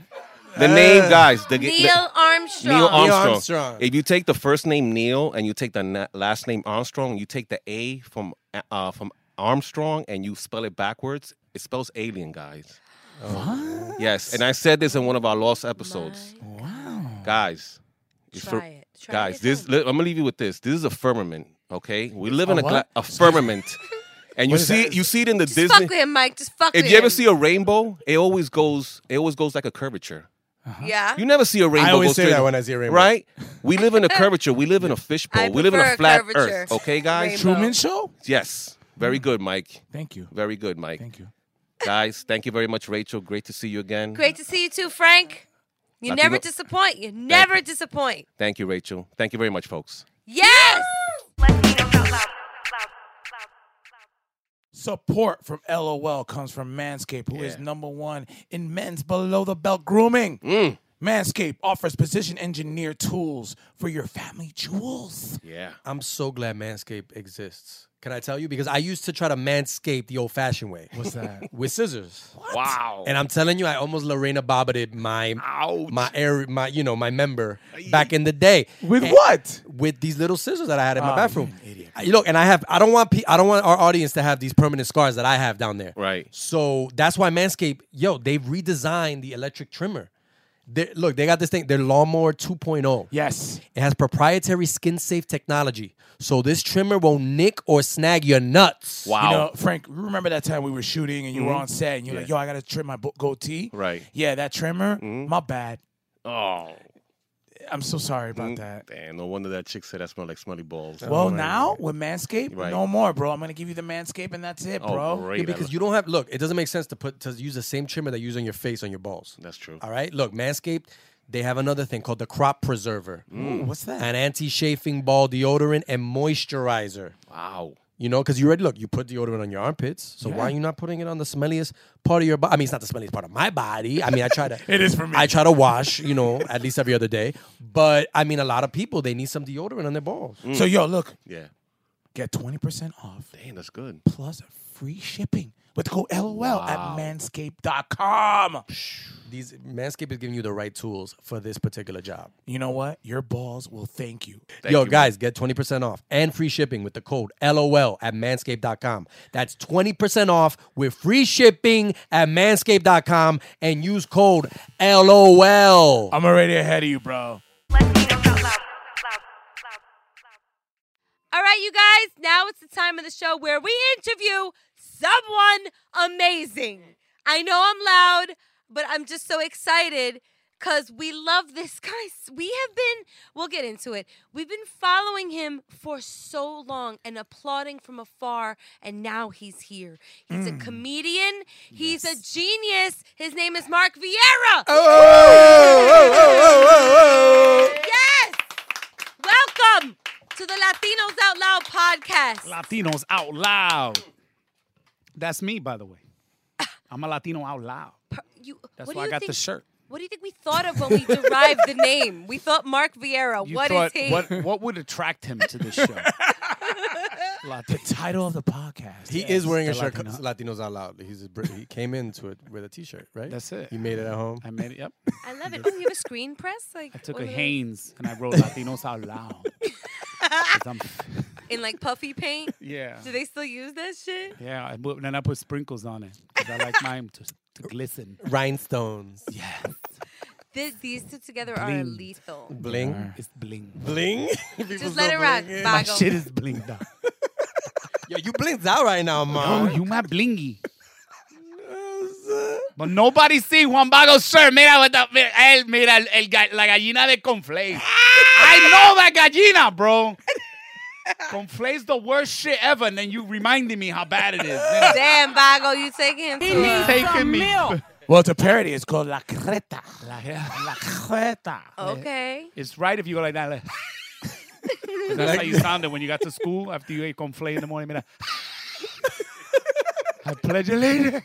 The name, guys. Oh, The,
Neil Armstrong.
Neil Armstrong.
Armstrong.
If you take the first name Neil and you take the na- last name Armstrong, you take the A from uh, from Armstrong and you spell it backwards, it spells alien, guys. Yes, and I said this in one of our lost episodes. Wow. Guys. it's
Try it. Try
guys,
it
this li- I'm gonna leave you with this. This is a firmament, okay? We live
A
in a, gla-
what? *laughs*
a firmament. And you
What is
see
that?
it, you see it in the
Just
Disney.
fuck with him, Mike. Just fuck
if
with
you ever
him.
see a rainbow, it always goes it always goes like a curvature.
yeah.
Uh-huh. You never see a rainbow.
always
go
say
straight-
that when I see a rainbow.
Right? We live in a curvature. We live in
*laughs*
a fishbowl. We live in
prefer
a
a
flat
curvature.
earth. Okay, guys?
Rainbow. Truman
Show?
Yes. Very good, Mike.
Thank you.
Very good, Mike.
Thank you.
Guys, thank you very much, Rachel. Great to see you again.
Great to see you too, Frank. You
Latino-
never disappoint. You never disappoint.
Thank you, Rachel. Thank you very much, folks.
Yes.
Support from LOL comes from Manscaped, who is number one in men's below the belt grooming. Manscaped offers precision engineered tools for your family jewels.
Yeah.
I'm so glad Manscaped exists. Can I tell you? Because I used to try to manscape the old fashioned way.
What's that?
With scissors.
Wow.
And I'm telling you, I almost Lorena Bobbited my my area, my you know my member back in the day.
With
And-
what?
With these little scissors that I had in
Oh,
my bathroom. I- Look, and I have I don't want pe- I don't want our audience to have these permanent scars that I have down there.
Right.
So that's why Manscaped, yo, they've redesigned the electric trimmer. They, look, they got this thing. Their lawnmower 2.0.
Yes.
It has proprietary skin safe technology. So this trimmer won't nick or snag your nuts.
You know, Frank, you remember that time we were shooting and you were
Mhm.
on set and you're like,
Yeah.
yo, I got to trim my bo- goatee?
Right.
Yeah, that trimmer, my bad.
Oh.
I'm so sorry about that.
Damn, no wonder that chick said I smell like smelly balls.
Well, now with Manscaped,
Right.
no more, bro. I'm going to give you the Manscaped and that's it,
Oh,
bro.
great.
Yeah, because you don't have look, it doesn't make sense to put to use the same trimmer that you use on your face on your balls.
That's true.
All right. Look, Manscaped, they have another thing called the crop preserver.
Ooh, what's that?
An anti-chafing ball deodorant and moisturizer.
Wow.
You know, because you already look, you put deodorant on your armpits. So
Yeah.
why are you not putting it on the smelliest part of your body? I mean, it's not the smelliest part of my body. I mean, I try to
It is for me.
I try to wash, you know, at least every other day. But I mean, a lot of people they need some deodorant on their balls.
So, yo, look,
Yeah.
Get 20% off.
Damn, that's good.
Plus free shipping with code LOL
Wow.
at manscaped.com.
These Manscaped is giving you the right tools for this particular job.
You know what? Your balls will thank you.
Yo, guys, get 20% off and free shipping with the code LOL at manscaped.com. That's 20% off with free shipping at manscaped.com and use code LOL.
I'm already ahead of you, bro.
All right, you guys, now it's the time of the show where we interview someone amazing. I know I'm loud, but I'm just so excited because we love this *laughs* guy. We have been, we'll get into it. We've been following him for so long and applauding from afar, and now he's here. He's a comedian, he's a genius. His name is Mark Vieira.
Oh,
Yes! Welcome to the Latinos Out Loud podcast.
Latinos out loud. That's me, by the way. I'm a Latino out loud.
You-
That's
what do
why I
you
got the
think-
shirt.
What do you think we thought of when we derived the name? We thought Mark Vieira.
You
What is
thought,
he?
What, what would attract him to
*laughs*
this show?
the title of the podcast.
He is wearing a shirt, Latinos Out Loud. He's a, Brit- he came into it with a t shirt, right?
That's it.
You made it at home?
I made it, yep.
I love it. Oh, you have a screen press? Like
I took
one
a
of those-
Hanes and I wrote Latinos out loud. 'Cause I'm-
in like puffy paint.
Yeah.
Do they still use that shit?
yeah, I put, then I put sprinkles on it 'cause I like mine to, to glisten.
Rhinestones.
Yeah.
Th- these two together are
Bling.
lethal.
Bling?
It's bling.
Bling? *laughs*
Just let it rock.
My
Boggle.
shit is blinged out.
Yo, you blinged out right
*laughs*
now,
man. you my blingy. But nobody see Juan Bago, sir. Mira, what the- mira, él, mira, el, el ga- la gallina de Conflay. I know that gallina, bro. Conflay's the worst shit ever, and then you reminded me how bad it is.
Damn, Bago, you taking him to a-
Well, it's a parody. It's called La Creta.
La, la jeta.
Okay.
It's right if you go like that. like- That's how you sounded when you got to school after you ate conflay in the morning. Mira. I pledge *laughs* allegiance.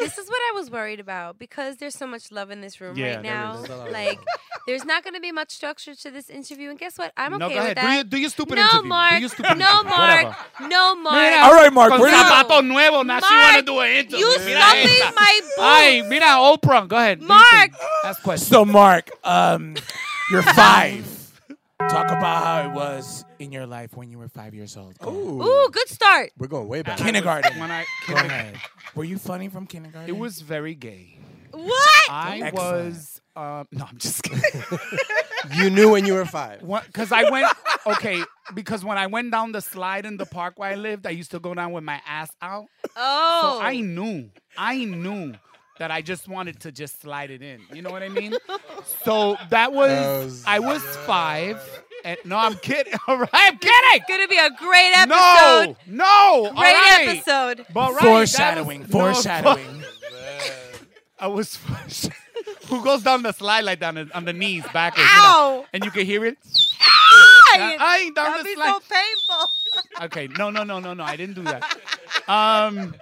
This is what I was worried about because there's so much love in this room
Yeah,
right
there
now.
is. There's a lot of
like,
*laughs*
there's not going to be much structure to this interview, and guess what? I'm
No,
okay
go
with
ahead. Do
that.
your- do your stupid
no,
interview. Do
Mark.
your stupid
no,
interview.
Mark. No, Mark.
Mira, con zapatos nuevos. Now she want to
Mark,
do an interview.
you
Mira
stuffing
esta.
my
Ay, mira, Oprah. Go ahead.
Mark.
Ask questions.
So, Mark, um, you're five. Talk about how it was in your life when you were five years old. Go ahead.
Ooh, good start.
We're going way back.
Kindergarten.
When I-
Go ahead. Were you funny from kindergarten?
It was very gay.
What?
I
Excellent.
was. Um, no, I'm just kidding.
You knew when you were five.
Because I went. Okay, because when I went down the slide in the park where I lived, I used to go down with my ass out.
Oh.
So I knew, I knew that I just wanted to just slide it in. You know what I *laughs* mean? so that was, I was five. And, no, I'm kidding. *laughs* All right, I'm kidding.
Gonna be a great
No,
episode.
no, all
Great
right.
episode.
But right, that was-
Foreshadowing,
no,
foreshadowing.
*laughs* I was. Who goes down the slide like that on the, on the knees backwards? You
Ow!
know, and you can hear it.
I,
I ain't down
That'd
the
be
slide.
so painful.
Okay, no, no, no, no, no. I didn't do that. Um,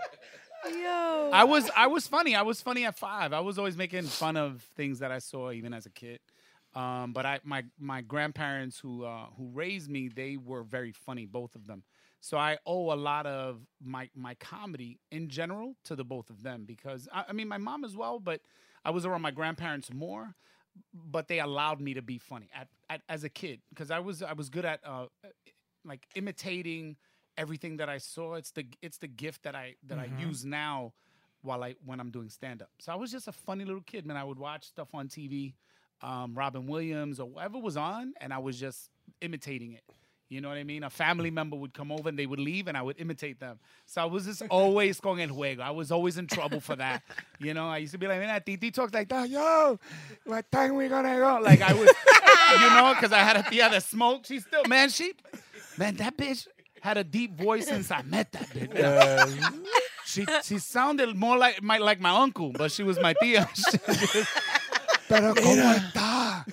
Yo.
I was I was funny. I was funny at five. I was always making fun of things that I saw even as a kid. Um, but I my my grandparents who uh, who raised me, they were very funny, both of them. So I owe a lot of my my comedy in general to the both of them because I, I mean my mom as well, but I was around my grandparents more. But they allowed me to be funny at, at as a kid because I was I was good at uh, like imitating everything that I saw. It's the it's the gift that I that
Mhm.
I use now while I when I'm doing stand up. So I was just a funny little kid, man. I would watch stuff on TV, um, Robin Williams or whatever was on, and I was just imitating it. You know what I mean? A family member would come over and they would leave, and I would imitate them. So I was just always going en juego. I was always in trouble for that. You know, I used to be like, man, Titi talks like that. Yo, what time we gonna go? Like I was, you know, because I had a tia that smoked. She still, man, she, man, that bitch had a deep voice since I met that bitch. She she sounded more like my like my uncle, but she was my tia. Pero cómo está?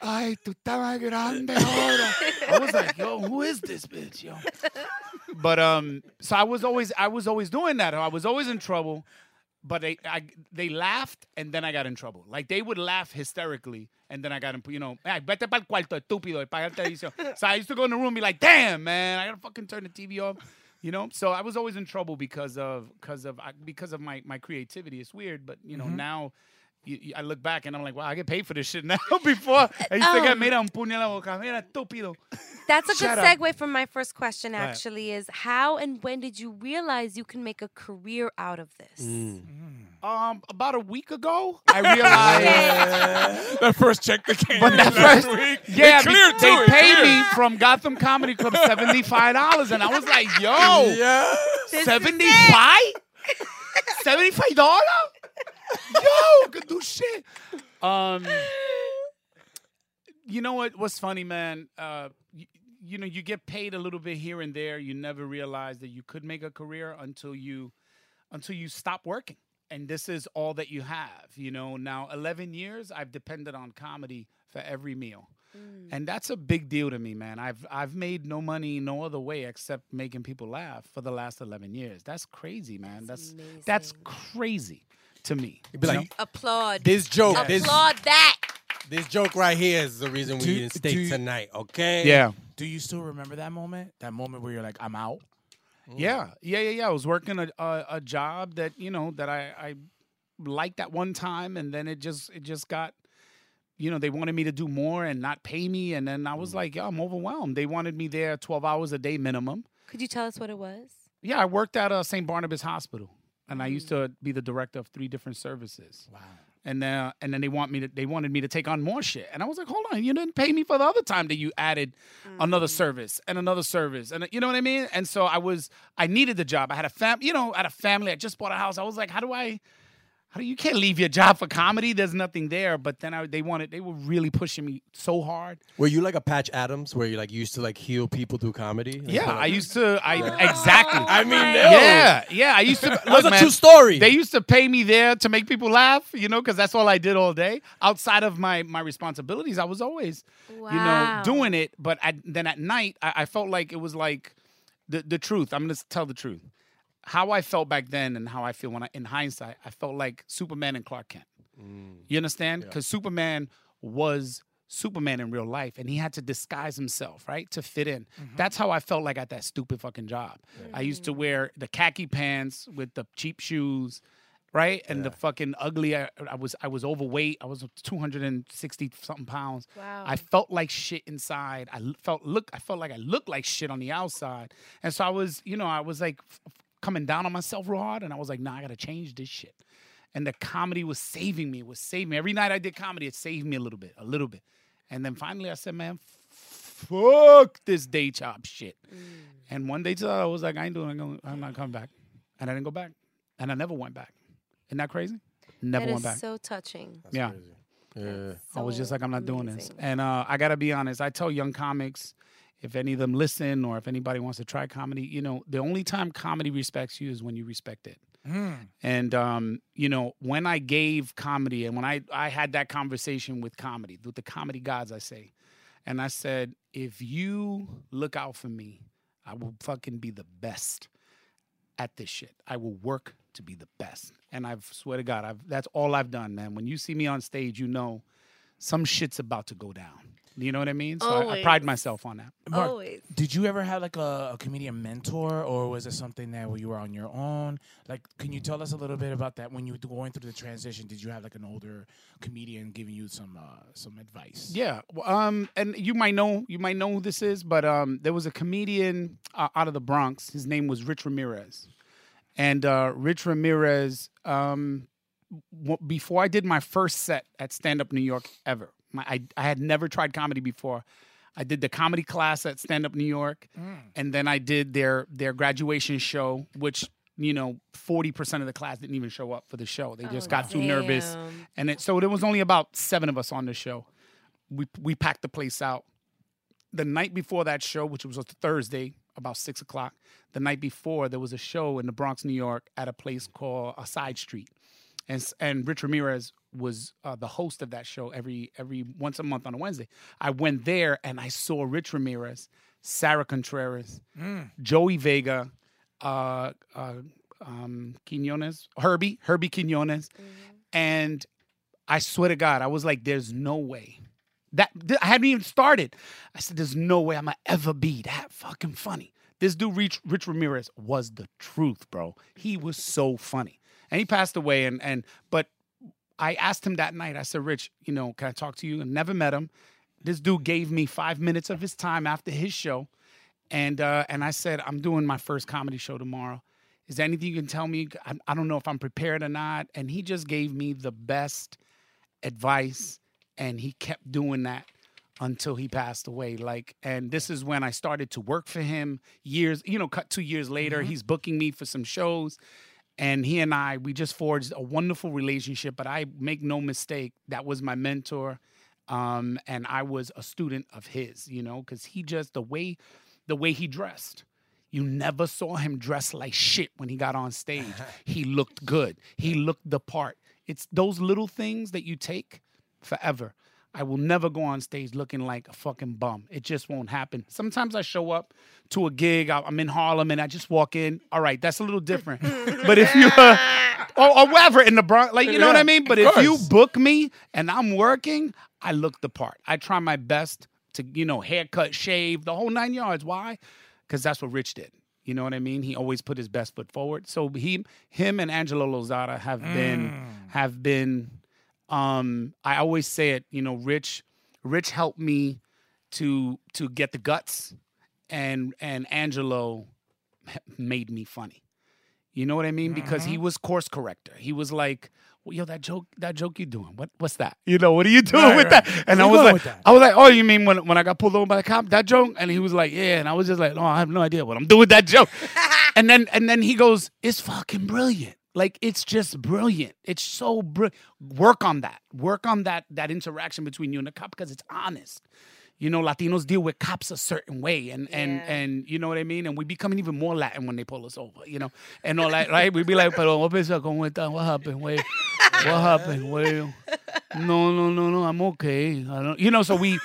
Ay, tú estabas grande ahora. I was like, yo, who is this bitch, yo? But um, so I was always I was always doing that. I was always in trouble. but they I, they laughed and then I got in trouble. Like they would laugh hysterically and then I got in, you know, hey, vete pa'l cuarto, estúpido, y paga el televisor." So I used to go in the room and be like, damn, man, I gotta fucking turn the TV off. You know, so I was always in trouble because of because of I- because of my my creativity. It's weird, but you know
Mhm.
now. You, you- I look back and I'm like, wow, I get paid for this shit now. *laughs* Before I used to get
Um,
made un puño en la boca, mira, estúpido.
That's a good
Shut up.
segue from my first question,
Right.
actually, is how and when did you realize you can make a career out of this?
Um, about a week ago, I realized
that first check that came
But
in
that
*laughs*
last
first,
week,
yeah,
it cleared
they
too, it
paid me
cleared.
from Gotham Comedy Club seventy five dollars, and I was like, "Yo,
Yeah.
seventy five, seventy five dollars, yo, could *laughs* do shit." Um, you know what? What's funny, man? Uh, you, you know, you get paid a little bit here and there. You never realize that you could make a career until you, until you stop working, and this is all that you have. You know, now eleven years, I've depended on comedy for every meal. And that's a big deal to me, man. I've I've made no money no other way except making people laugh for the last 11 years. That's crazy, man. That's that's, crazy to me.
be like,
Applaud.
This joke, Yeah. this-
Applaud that.
This joke right here is the reason we
Do-
eating steak
do you-
tonight, okay?
Do you still remember that moment? That moment where you're like, I'm out.
Yeah, yeah, yeah, yeah. I was working a, a, a job that you know that I, I liked at one time, and then it just it just got, you know, they wanted me to do more and not pay me, and then I was like, yeah, I'm overwhelmed. They wanted me there 12 hours a day minimum.
Could you tell us what it was?
Yeah, I worked at uh, St. Barnabas Hospital, and I used to be the director of three different services. Wow. And then, and then they want me to, they wanted me to take on more shit, and I was like, "Hold on, you didn't pay me for the other time that you added another service and another service, and uh, you know what I mean." And so I was, I needed the job. I had a fam, you know, I had a family. I just bought a house. I was like, "How do I, how do you can't leave your job for comedy? There's nothing there." But then I, they wanted, they were really pushing me so hard.
Were you like a Patch Adams where you like used to like heal people through comedy? Like,
Yeah,
kinda-
I used to. I exactly. *laughs* I mean,
my
yeah,
God.
yeah. I used to.
That
look,
was a
man,
true story.
They used to pay me there to make people laugh, you know, because that's all I did all day. Outside of my my responsibilities, I was always, you know,
Wow.
doing it. But I, then at night, I, I felt like it was like the the truth. I'm gonna tell the truth. How I felt back then and how I feel when I, in hindsight, I felt like Superman and Clark Kent. You understand? Because Superman was Superman in real life and he had to disguise himself, right? To fit in. That's how I felt like at that stupid fucking job. I used to wear the khaki pants with the cheap shoes. Right and the fucking ugly. I, I was I was overweight. I was two hundred and sixty something pounds.
Wow.
I felt like shit inside. I l- felt look. I felt like I looked like shit on the outside. And so I was, you know, I was like f- f- coming down on myself real hard. And I was like, nah, I gotta change this shit and the comedy was saving me. Was saving me every night I did comedy. It saved me a little bit, a little bit, and then finally I said, "Man, fuck this day job shit."
Mm.
And one day to that, I was like, "I ain't doing. it. I'm not coming back," and I didn't go back, and I never went back. Isn't that crazy? Never
That
went
is
back.
so touching.
yeah. I was just like, I'm not doing this. And uh, I got to be honest, I tell young comics, if any of them listen or if anybody wants to try comedy, you know, the only time comedy respects you is when you respect it. And um, you know, when I gave comedy and when I I had that conversation with comedy, with the comedy gods, I say, and I said, if you look out for me, I will fucking be the best at this shit. I will work to be the best. And I've swear to God, I've that's all I've done, man. When you see me on stage, you know some shit's about to go down. You know what I mean? So I, I pride
Always.
myself on that.
Mark, Did you ever have like a, a comedian mentor, or was it something that where you were on your own? Like, can you tell us a little bit about that when you were going through the transition? Did you have like an older comedian giving you some uh, some advice?
Yeah. w- Um, and you might know you might know who this is, but um, there was a comedian uh, out of the Bronx. His name was Rich Ramirez, and uh, Rich Ramirez. Um, w- before I did my first set at Stand Up New York ever, my, I I had never tried comedy before. I did the comedy class at Stand Up New York, and then I did their their graduation show, which you know, forty percent of the class didn't even show up for the show. They just
Oh,
got too nervous,
damn.
and it, so there was only about seven of us on the show. We we packed the place out. The night before that show, which was a Thursday, about six o'clock, the night before there was a show in the Bronx, New York, at a place called a side street, and s- and Rich Ramirez was uh, the host of that show every every once a month on a Wednesday. I went there and I saw Rich Ramirez, Sarah Contreras,
Mm.
Joey Vega, uh, uh, uh, um, Quinones, Herbie, Herbie Quinones, and I swear to God, I was like, "There's no way." That th- I hadn't even started. I said, "There's no way I'm gonna ever be that fucking funny." This dude, Rich, Rich Ramirez, was the truth, bro. He was so funny, and he passed away. And and but I asked him that night. I said, "Rich, you know, can I talk to you?" And never met him. This dude gave me five minutes of his time after his show, and uh, and I said, "I'm doing my first comedy show tomorrow. Is there anything you can tell me? I, I don't know if I'm prepared or not." And he just gave me the best advice and he kept doing that until he passed away like and this is when i started to work for him years you know cut two years later he's booking me for some shows and he and i we just forged a wonderful relationship but i make no mistake that was my mentor um, and i was a student of his you know because he just the way the way he dressed you never saw him dress like shit when he got on stage.
*laughs*
he looked good. He looked the part. It's those little things that you take forever. I will never go on stage looking like a fucking bum. It just won't happen. Sometimes I show up to a gig. I- I'm in Harlem and I just walk in. All right, that's a little
*laughs*
different. but if you, uh, or, or wherever in the Bronx, like you know what I
Yeah,
mean.
of
But if you
course.
book me and I'm working, I look the part. I try my best to you know haircut, shave, the whole nine yards. Why? because that's what Rich did. You know what I mean? He always put his best foot forward. So he, him, and Angelo Lozada have been, have been. Um, I always say it. You know, Rich, Rich helped me to to get the guts, and and Angelo *laughs* made me funny. You know what I mean? Because he was course corrector. He was like, well, "Yo, that joke, that joke you doing? What, what's that? You know, what are you doing
Right,
with
right.
that?" And
Where
I
you
was
going
like,
with that?
"I was like, oh, you mean when when I got pulled over by the cop? That joke?" And he was like, "Yeah." And I was just like, "No, I have no idea what I'm doing with that *laughs* joke." and then and then he goes, "It's fucking brilliant." Like it's just brilliant. It's so br- work on that. Work on that that interaction between you and the cop because it's honest you know, Latinos deal with cops a certain way, and and and you know what I mean. And we becoming even more Latin when they pull us over, you know, and all that, right? We be like, "Pero what pasa con esta? What happened? Wait, what happened? Well, no, no, no, no, I'm okay. I don't, you know." So we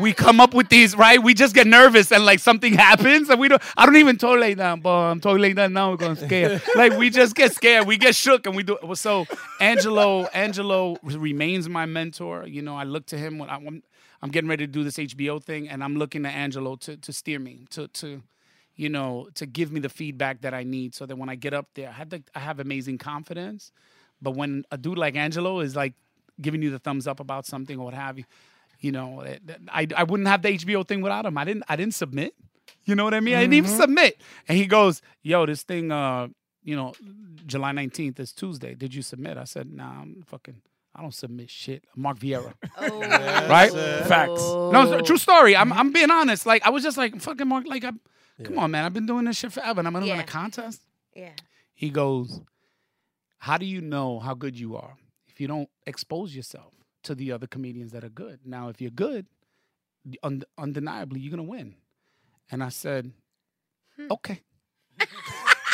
we come up with these, right? We just get nervous, and like something happens, and we don't. I don't even talk like that, but I'm talking like that now. We're gonna scare. like we just get scared, we get shook, and we do. well, So Angelo, Angelo remains my mentor. You know, I look to him when I, when I'm getting ready to do this HBO thing, and I'm looking to Angelo to to steer me to to you know to give me the feedback that I need, so that when I get up there, I have the, I have amazing confidence. But when a dude like Angelo is like giving you the thumbs up about something or what have you, you know, it- that- I, I wouldn't have the HBO thing without him. I didn't I didn't submit. You know what I mean? I didn't even
Mhm.
submit. And he goes, "Yo, this thing, uh, you know, July nineteenth is Tuesday. Did you submit?" I said, "Nah, I'm fucking." I don't submit shit. Mark Vieira.
Oh.
*laughs* right?
sir. Facts.
No, it's a true story. I'm, I'm being honest. Like, I was just like, fucking Mark, like, I'm, come on, man. I've been doing this shit forever and I'm going to win a contest.
*laughs*
Yeah.
He goes, How do you know how good you are if you don't expose yourself to the other comedians that are good? Now, if you're good, und- undeniably, you're going to win. And I said, Okay. *laughs*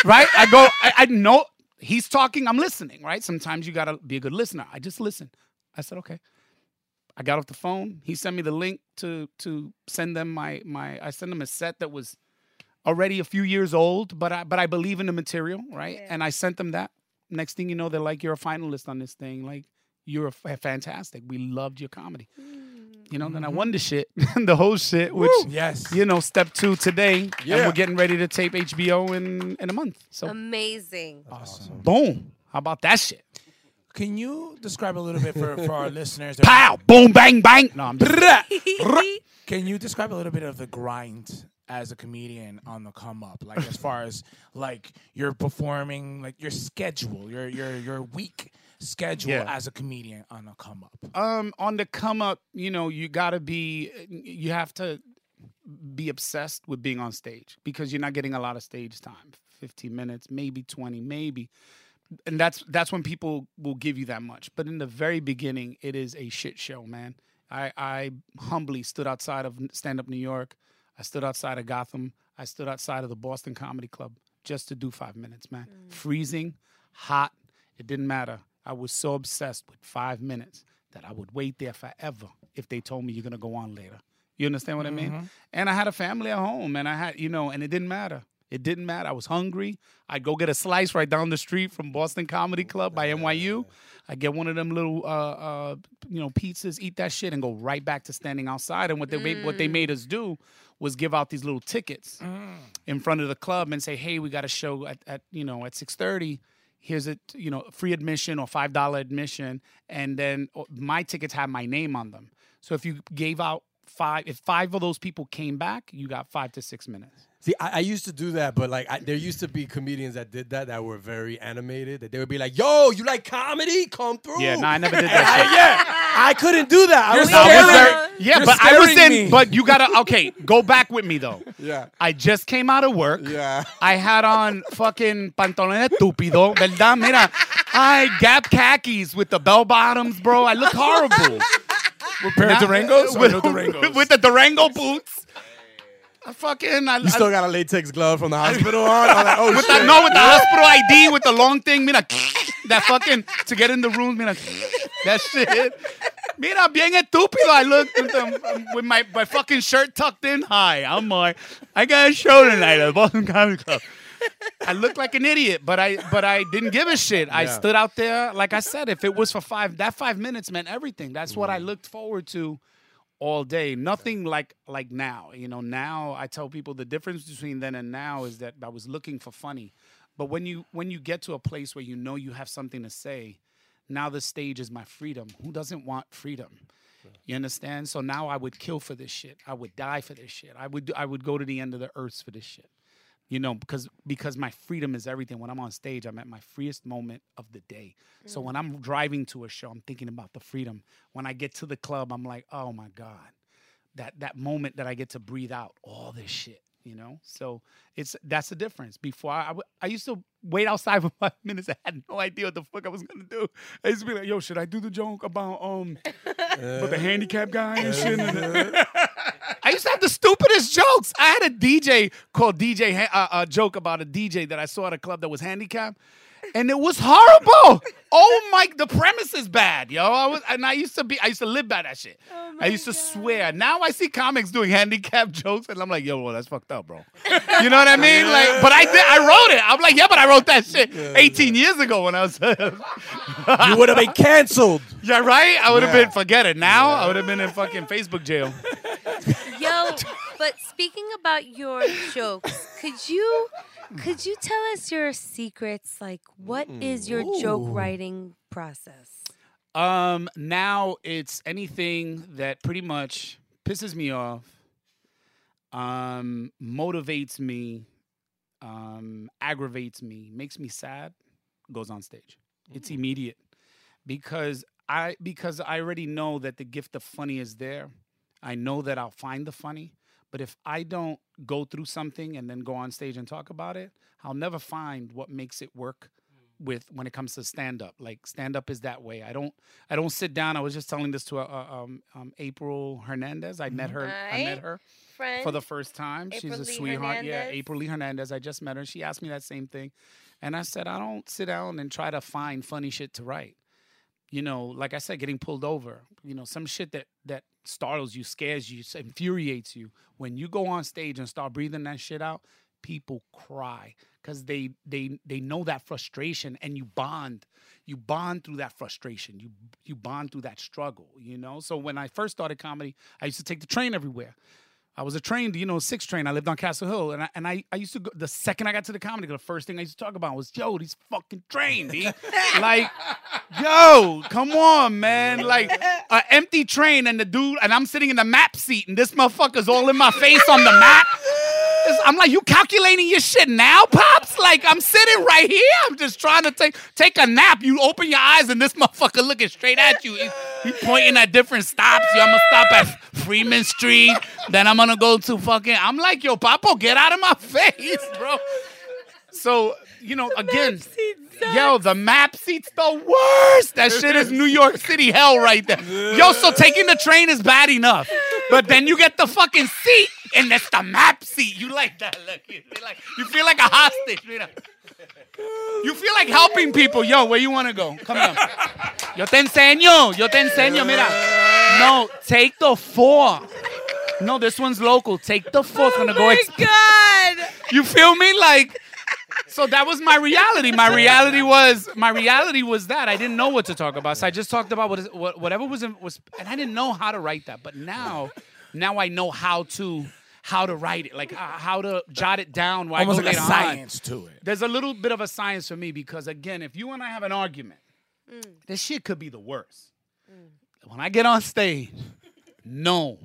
right? I go, I, I know he's talking, I'm listening, right? Sometimes you got to be a good listener. I just listen. I said, Okay. I got off the phone. He sent me the link to to send them my my. I sent them a set that was already a few years old, but I but I believe in the material, right? And I sent them that. Next thing you know, they're like, "You're a finalist on this thing. Like, you're a f- fantastic. We loved your comedy." You know. Then I won the shit, *laughs* the whole shit, which
Woo! Yes.
you know, step two today, and
Yeah.
we're getting ready to tape HBO in in a month. So
Amazing.
*laughs*
Awesome.
boom, how about that shit?
Can you describe a little bit for,
*laughs*
for our listeners? that-
Pow, boom, bang, bang. No, I'm just-
*laughs* Can you describe a little bit of the grind as a comedian on the come up? Like as far as like you're performing, like your schedule, your your your week schedule
Yeah.
as a comedian on the come up.
Um, on the come up, you know, you gotta be, you have to be obsessed with being on stage because you're not getting a lot of stage time. Fifteen minutes, maybe twenty, maybe, and that's that's when people will give you that much. But in the very beginning, it is a shit show, man. I I humbly stood outside of stand up New York. I stood outside of Gotham. I stood outside of the Boston Comedy Club just to do five minutes, man. Freezing, hot. It didn't matter. I was so obsessed with five minutes that I would wait there forever if they told me you're gonna go on later. You understand what I mean?
Mhm.
And I had a family at home, and I had you know, and it didn't matter. It didn't matter. I was hungry. I'd go get a slice right down the street from Boston Comedy Club by NYU. I get one of them little, uh, uh, you know, pizzas, eat that shit, and go right back to standing outside. And what they made, what they
Mm.
made us do was give out these little tickets in front of the club and say, "Hey, we got a show at, at you know at six thirty. Here's a you know free admission or five dollar admission, and then oh, my tickets had my name on them. So if you gave out five, if five of those people came back, you got five to six minutes.
See, I, I used to do that, but like I, there used to be comedians that did that that were very animated. That they would be like, "Yo, you like comedy? Come through."
Yeah, no, I never
*laughs*
did
And
that
I- yeah, I couldn't do that. I
You're
was, I was
scaring-
very-
yeah,
You're
but I was in.
scaring me.
But you gotta okay. Go back with me though.
*laughs* Yeah.
I just came out of work. Yeah. I had on fucking pantalones estúpido, verdad? Mira, I gap khakis with the bell bottoms, bro. I look horrible. With
pair of Durangos or
With,
no Durangos?
with the Durango boots. I fucking. I,
You still got a latex glove from the
*laughs*
hospital on? I'm like, oh,
with
shit.
the, no, with the hospital ID, with the long thing, mira, that fucking to get in the room, mira, that shit. Mira, bien estúpido. I look with, the, with my, my fucking shirt tucked in high. I'm like, I got a show tonight at the Boston Comedy Club. I look like an idiot, but I but I didn't give a shit. I
Yeah.
stood out there, like I said, if it was for five, that five minutes meant everything. That's what
Mm.
I looked forward to all day. Nothing like like now. You know, now I tell people the difference between then and now is that I was looking for funny. But when you when you get to a place where you know you have something to say, now the stage is my freedom. Who doesn't want freedom? You understand? So now I would kill for this shit. I would die for this shit. I would I would go to the end of the earth for this shit. You know, because because my freedom is everything. When I'm on stage, I'm at my freest moment of the day. So when I'm driving to a show, I'm thinking about the freedom. When I get to the club, I'm like, oh my God. That that moment that I get to breathe out all this shit, you know? So it's that's the difference. Before I, I w- I used to wait outside for *laughs* five minutes. I had no idea what the fuck I was gonna do. I used to be like, yo, should I do the joke about um about the handicap guy and shit? And the- I used to have the stupidest jokes. I had a DJ called DJ Han- uh, a joke about a DJ that I saw at a club that was handicapped, and it was horrible. oh my, the premise is bad, yo. I was, and I used to be, I used to live by that shit. I used to swear. Now I see comics doing handicap jokes, and I'm like, yo, well, that's fucked up, bro. You know what I mean? Like, but I did, I wrote it. I'm like, yeah, but I wrote that shit 18 years ago when I was. you
would have been canceled.
*laughs* Yeah, right. I would have
Yeah.
been. Forget it. Now I would have been in fucking Facebook jail.
Yo, but speaking about your jokes, could you could you tell us your secrets? Like, what is your joke
Ooh.
writing process?
Um, now it's anything that pretty much pisses me off, um, motivates me, um, aggravates me, makes me sad, goes on stage. It's immediate because I because I already know that the gift of funny is there. I know that I'll find the funny, but if I don't go through something and then go on stage and talk about it, I'll never find what makes it work with when it comes to stand up. Like stand up is that way. I don't I don't sit down. I was just telling this to uh, uh, um, um, April Hernandez. I met her. I met
Right.
her for
Friend.
the first time. She's
April
a
Lee
sweetheart. Yeah,
Hernandez.
April Lee Hernandez. I just met her. She asked me that same thing, and I said I don't sit down and try to find funny shit to write. You know, like I said, getting pulled over. You know, some shit that that startles you, scares you, s- infuriates you. When you go on stage and start breathing that shit out, people cry because they they they know that frustration and you bond you bond through that frustration you you bond through that struggle you know so when i first started comedy i used to take the train everywhere i was a trained you know six train i lived on castle hill and i, and I, I used to go the second i got to the comedy club, the first thing i used to talk about was yo these fucking train B. like yo come on man like an empty train and the dude and i'm sitting in the map seat and this motherfucker's all in my face on the map it's- I'm like, you calculating your shit now, pops? Like I'm sitting right here. I'm just trying to take take a nap. You open your eyes and this motherfucker looking straight at you. He, he pointing at different stops. Yo, I'm gonna stop at Freeman Street. Then I'm gonna go to fucking. I'm like, yo, Papo, get out of my *laughs* face, bro. So you know, again, yo, the map seat's the worst. That shit is New York City hell right there. Yo, so taking the train is bad enough, but then you get the fucking seat, and that's the map seat. You like that? Look, you feel like you feel like a hostage. You, know? You feel like helping people. Yo, where you wanna go? Come on. Yo te enseño. Yo te enseño. Mira. No, take the four. No, this one's local. Take the fuck. I'm gonna go. Ex-
God.
you feel me? Like, so that was my reality. My reality was my reality was that I didn't know what to talk about. So I just talked about what is what, whatever was in, was, and I didn't know how to write that. But now, now I know how to how to write it, like uh, how to jot it down. Why
Almost
go
like a
later on.
science to it.
There's a little bit of a science for me because again, if you and I have an argument,
Mm.
this shit could be the worst. When I get on stage, know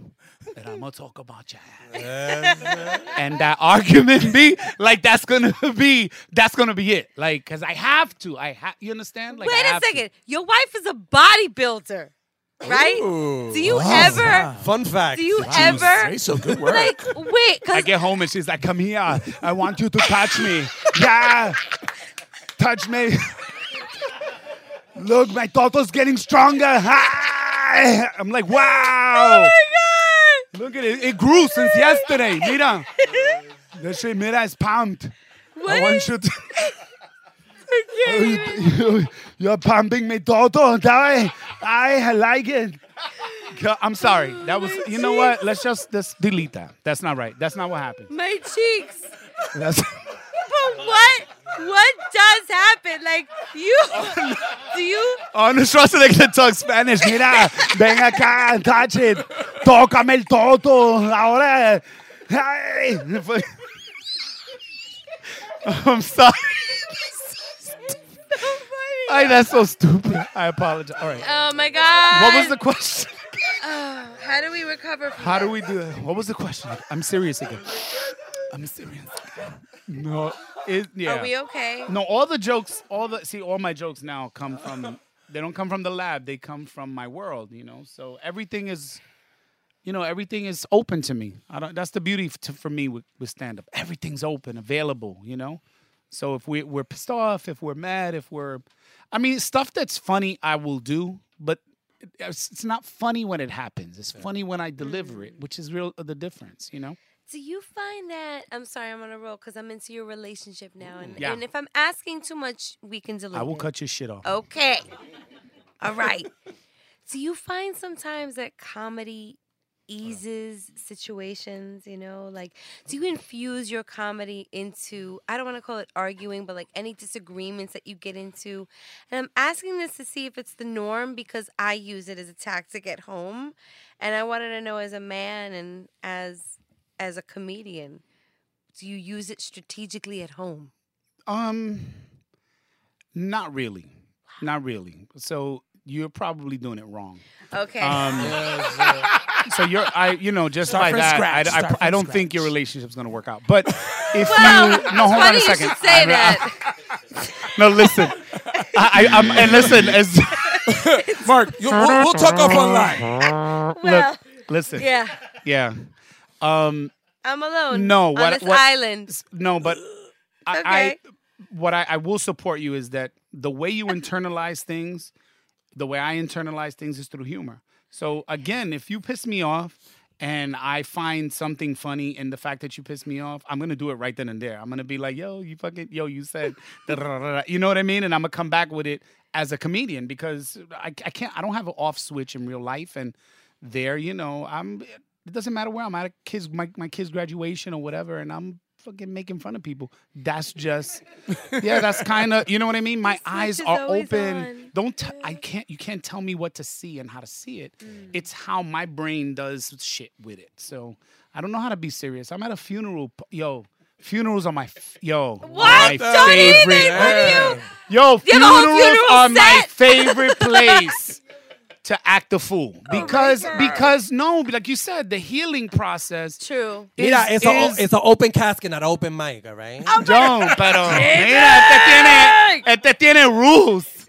that I'm gonna talk about your ass, and that argument be like that's gonna be that's gonna be it. Like, cause I have to. I have. You understand? Like, I
Wait a
have to.
second. Your wife is a bodybuilder, right? do you ever?
Fun fact.
Do you ever?
so good
Like, wait,
I
because *laughs*
get home and she's like, "Come here, I want you to touch me. Yeah, touch me. Look, my toto's getting stronger. Hi." I'm like, wow. Oh
my
god! Look at it. It grew since yesterday. Mira, that shit, mira, is pumped. I want you to. *laughs* Oh, you, you're pumping me, Toto. I, I like it. Girl, I'm sorry. That was. You know what? Let's just just delete that. That's not right. That's not what happened.
my cheeks.
That's. *laughs*
But what? What does happen? Like
*laughs*
you?
Oh,
Do you?
Arnold Schwarzenegger talks Spanish. Mira, ven acá, touch it. Tócame el toto. Ahora. Ay. I'm sorry. Ay, that's so stupid. I apologize. All right.
Oh my god.
What was the question?
Oh, how do we recover from?
How do we do that? What was the question? I'm serious again. I'm serious. No. It, yeah.
Are we okay?
No, all the jokes, all the see, all my jokes now come from they don't come from the lab. They come from my world, you know. So everything is, you know, everything is open to me. I don't. That's the beauty f- to, for me with, with stand up. Everything's open, available, you know. So if we we're pissed off, if we're mad, if we're, I mean, stuff that's funny, I will do, but. it- It's it's not funny when it happens. It's funny when I deliver it, which is real the difference, you know.
Do you find that I'm sorry I'm on a roll because I'm into your relationship now, and,
Yeah.
and if I'm asking too much, we can delete.
I will
it.
cut your shit off.
Okay. All right. Do you find sometimes that comedy eases situations, you know? Like, do you infuse your comedy into, I don't want to call it arguing, but like any disagreements that you get into? And I'm asking this to see if it's the norm because I use it as a tactic at home. And I wanted to know as a man and as as a comedian, do you use it strategically at home?
Um, not really, not really. So you're probably doing it wrong.
Okay.
Um, *laughs* so you're, I, you know, just
Start
by
from
that,
scratch,
I- I,
start
I,
from
don't think your relationship's gonna work out.
*laughs*
But if
Well,
you, no,
it's
hold on
funny
a
you
second. uh,
should say
I- I-
that.
no, listen. I, I, I'm, and listen, as *laughs*
Mark, you- we'll- we'll talk off online.
Well,
Look, listen.
yeah.
Yeah. Um.
I'm alone.
No,
on
what,
this
what-
island.
s- No, but I,
Okay.
I what I, I will support you is that the way you internalize things, the way I internalize things is through humor. So again, if you piss me off and I find something funny in the fact that you piss me off, I'm gonna do it right then and there. I'm gonna be like, yo, you fucking yo, you said *laughs* da- da- da- da- da." you know what I mean? And I'm gonna come back with it as a comedian because I, I can't I don't have an off switch in real life and there, you know, I'm. It doesn't matter where I'm at. a Kids, my my kids' graduation or whatever, and I'm fucking making fun of people. That's
*laughs*
just, yeah, that's kind of, you know what I mean. My eyes
is
are
always
open.
on.
Don't t- I
Mm.
can't you can't tell me what to see and how to see it. It's how my brain does shit with it. So I don't know how to be serious. I'm at a funeral, p- yo. Funerals are my f- yo. My
What? Don't eat it
favorite.
with
Yo,
You have a whole
funerals
funeral
are my
set. *laughs*
favorite place to act a fool
Oh
because because no, like you said, the healing process.
True.
Mira, it's a it's an open casket, not an open mic, all right?
Ah. Don't,
*laughs*
pero mira, este tiene, este tiene rules.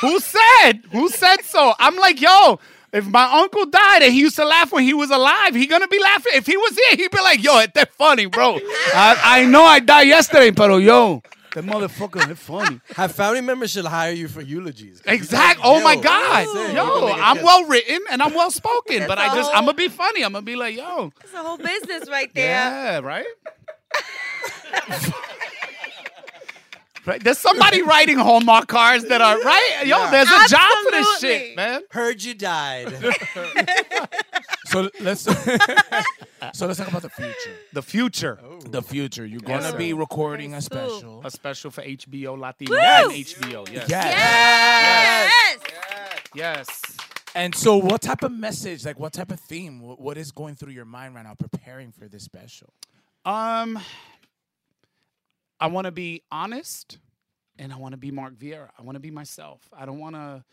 Who said? Who said so? I'm like, yo, if my uncle died and he used to laugh when he was alive, he gonna be laughing. If he was here, he'd be like, yo, it's funny, bro. I, I know I died yesterday, pero yo, that motherfucker, it's funny.
Have family members should hire you for eulogies.
Exact. Oh my
Yo,
God.
that's it. You
Yo,
make a
I'm
kiss.
well written and I'm well spoken, but I
That's
just
all.
I'm gonna be funny. I'm gonna be like, yo,
It's a whole business right there.
yeah, right. *laughs* right. There's somebody writing Hallmark cards that are right. Yo, *laughs*
Yeah.
there's a job for this shit, man.
Heard you died.
So let's *laughs* so let's talk about the future.
The future.
The future. You're
Yes,
gonna
sir.
be recording a special.
A special for HBO Latino
Woo!
and HBO. Yes.
Yes. Yes.
Yes.
And so, what type of message, like what type of theme, wh- what is going through your mind right now preparing for this special?
Um, I want to be honest, and I want to be Mark Vieira. I want to be myself. I don't want to.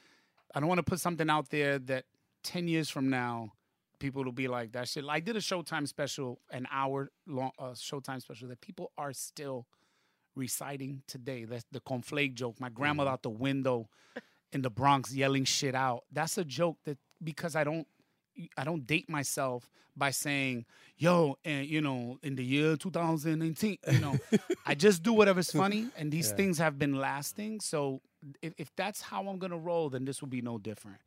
I don't want to put something out there that ten years from now people will be like that shit. I did a Showtime special, an hour long uh, Showtime special that people are still reciting today. That's the conflate joke. My grandmother out the window in the Bronx yelling shit out. That's a joke that because I don't I don't date myself by saying, yo, and you know, in the year 2019, you know, I just do whatever's funny and these
Yeah.
things have been lasting. So if, if that's how I'm gonna roll, then this will be no different.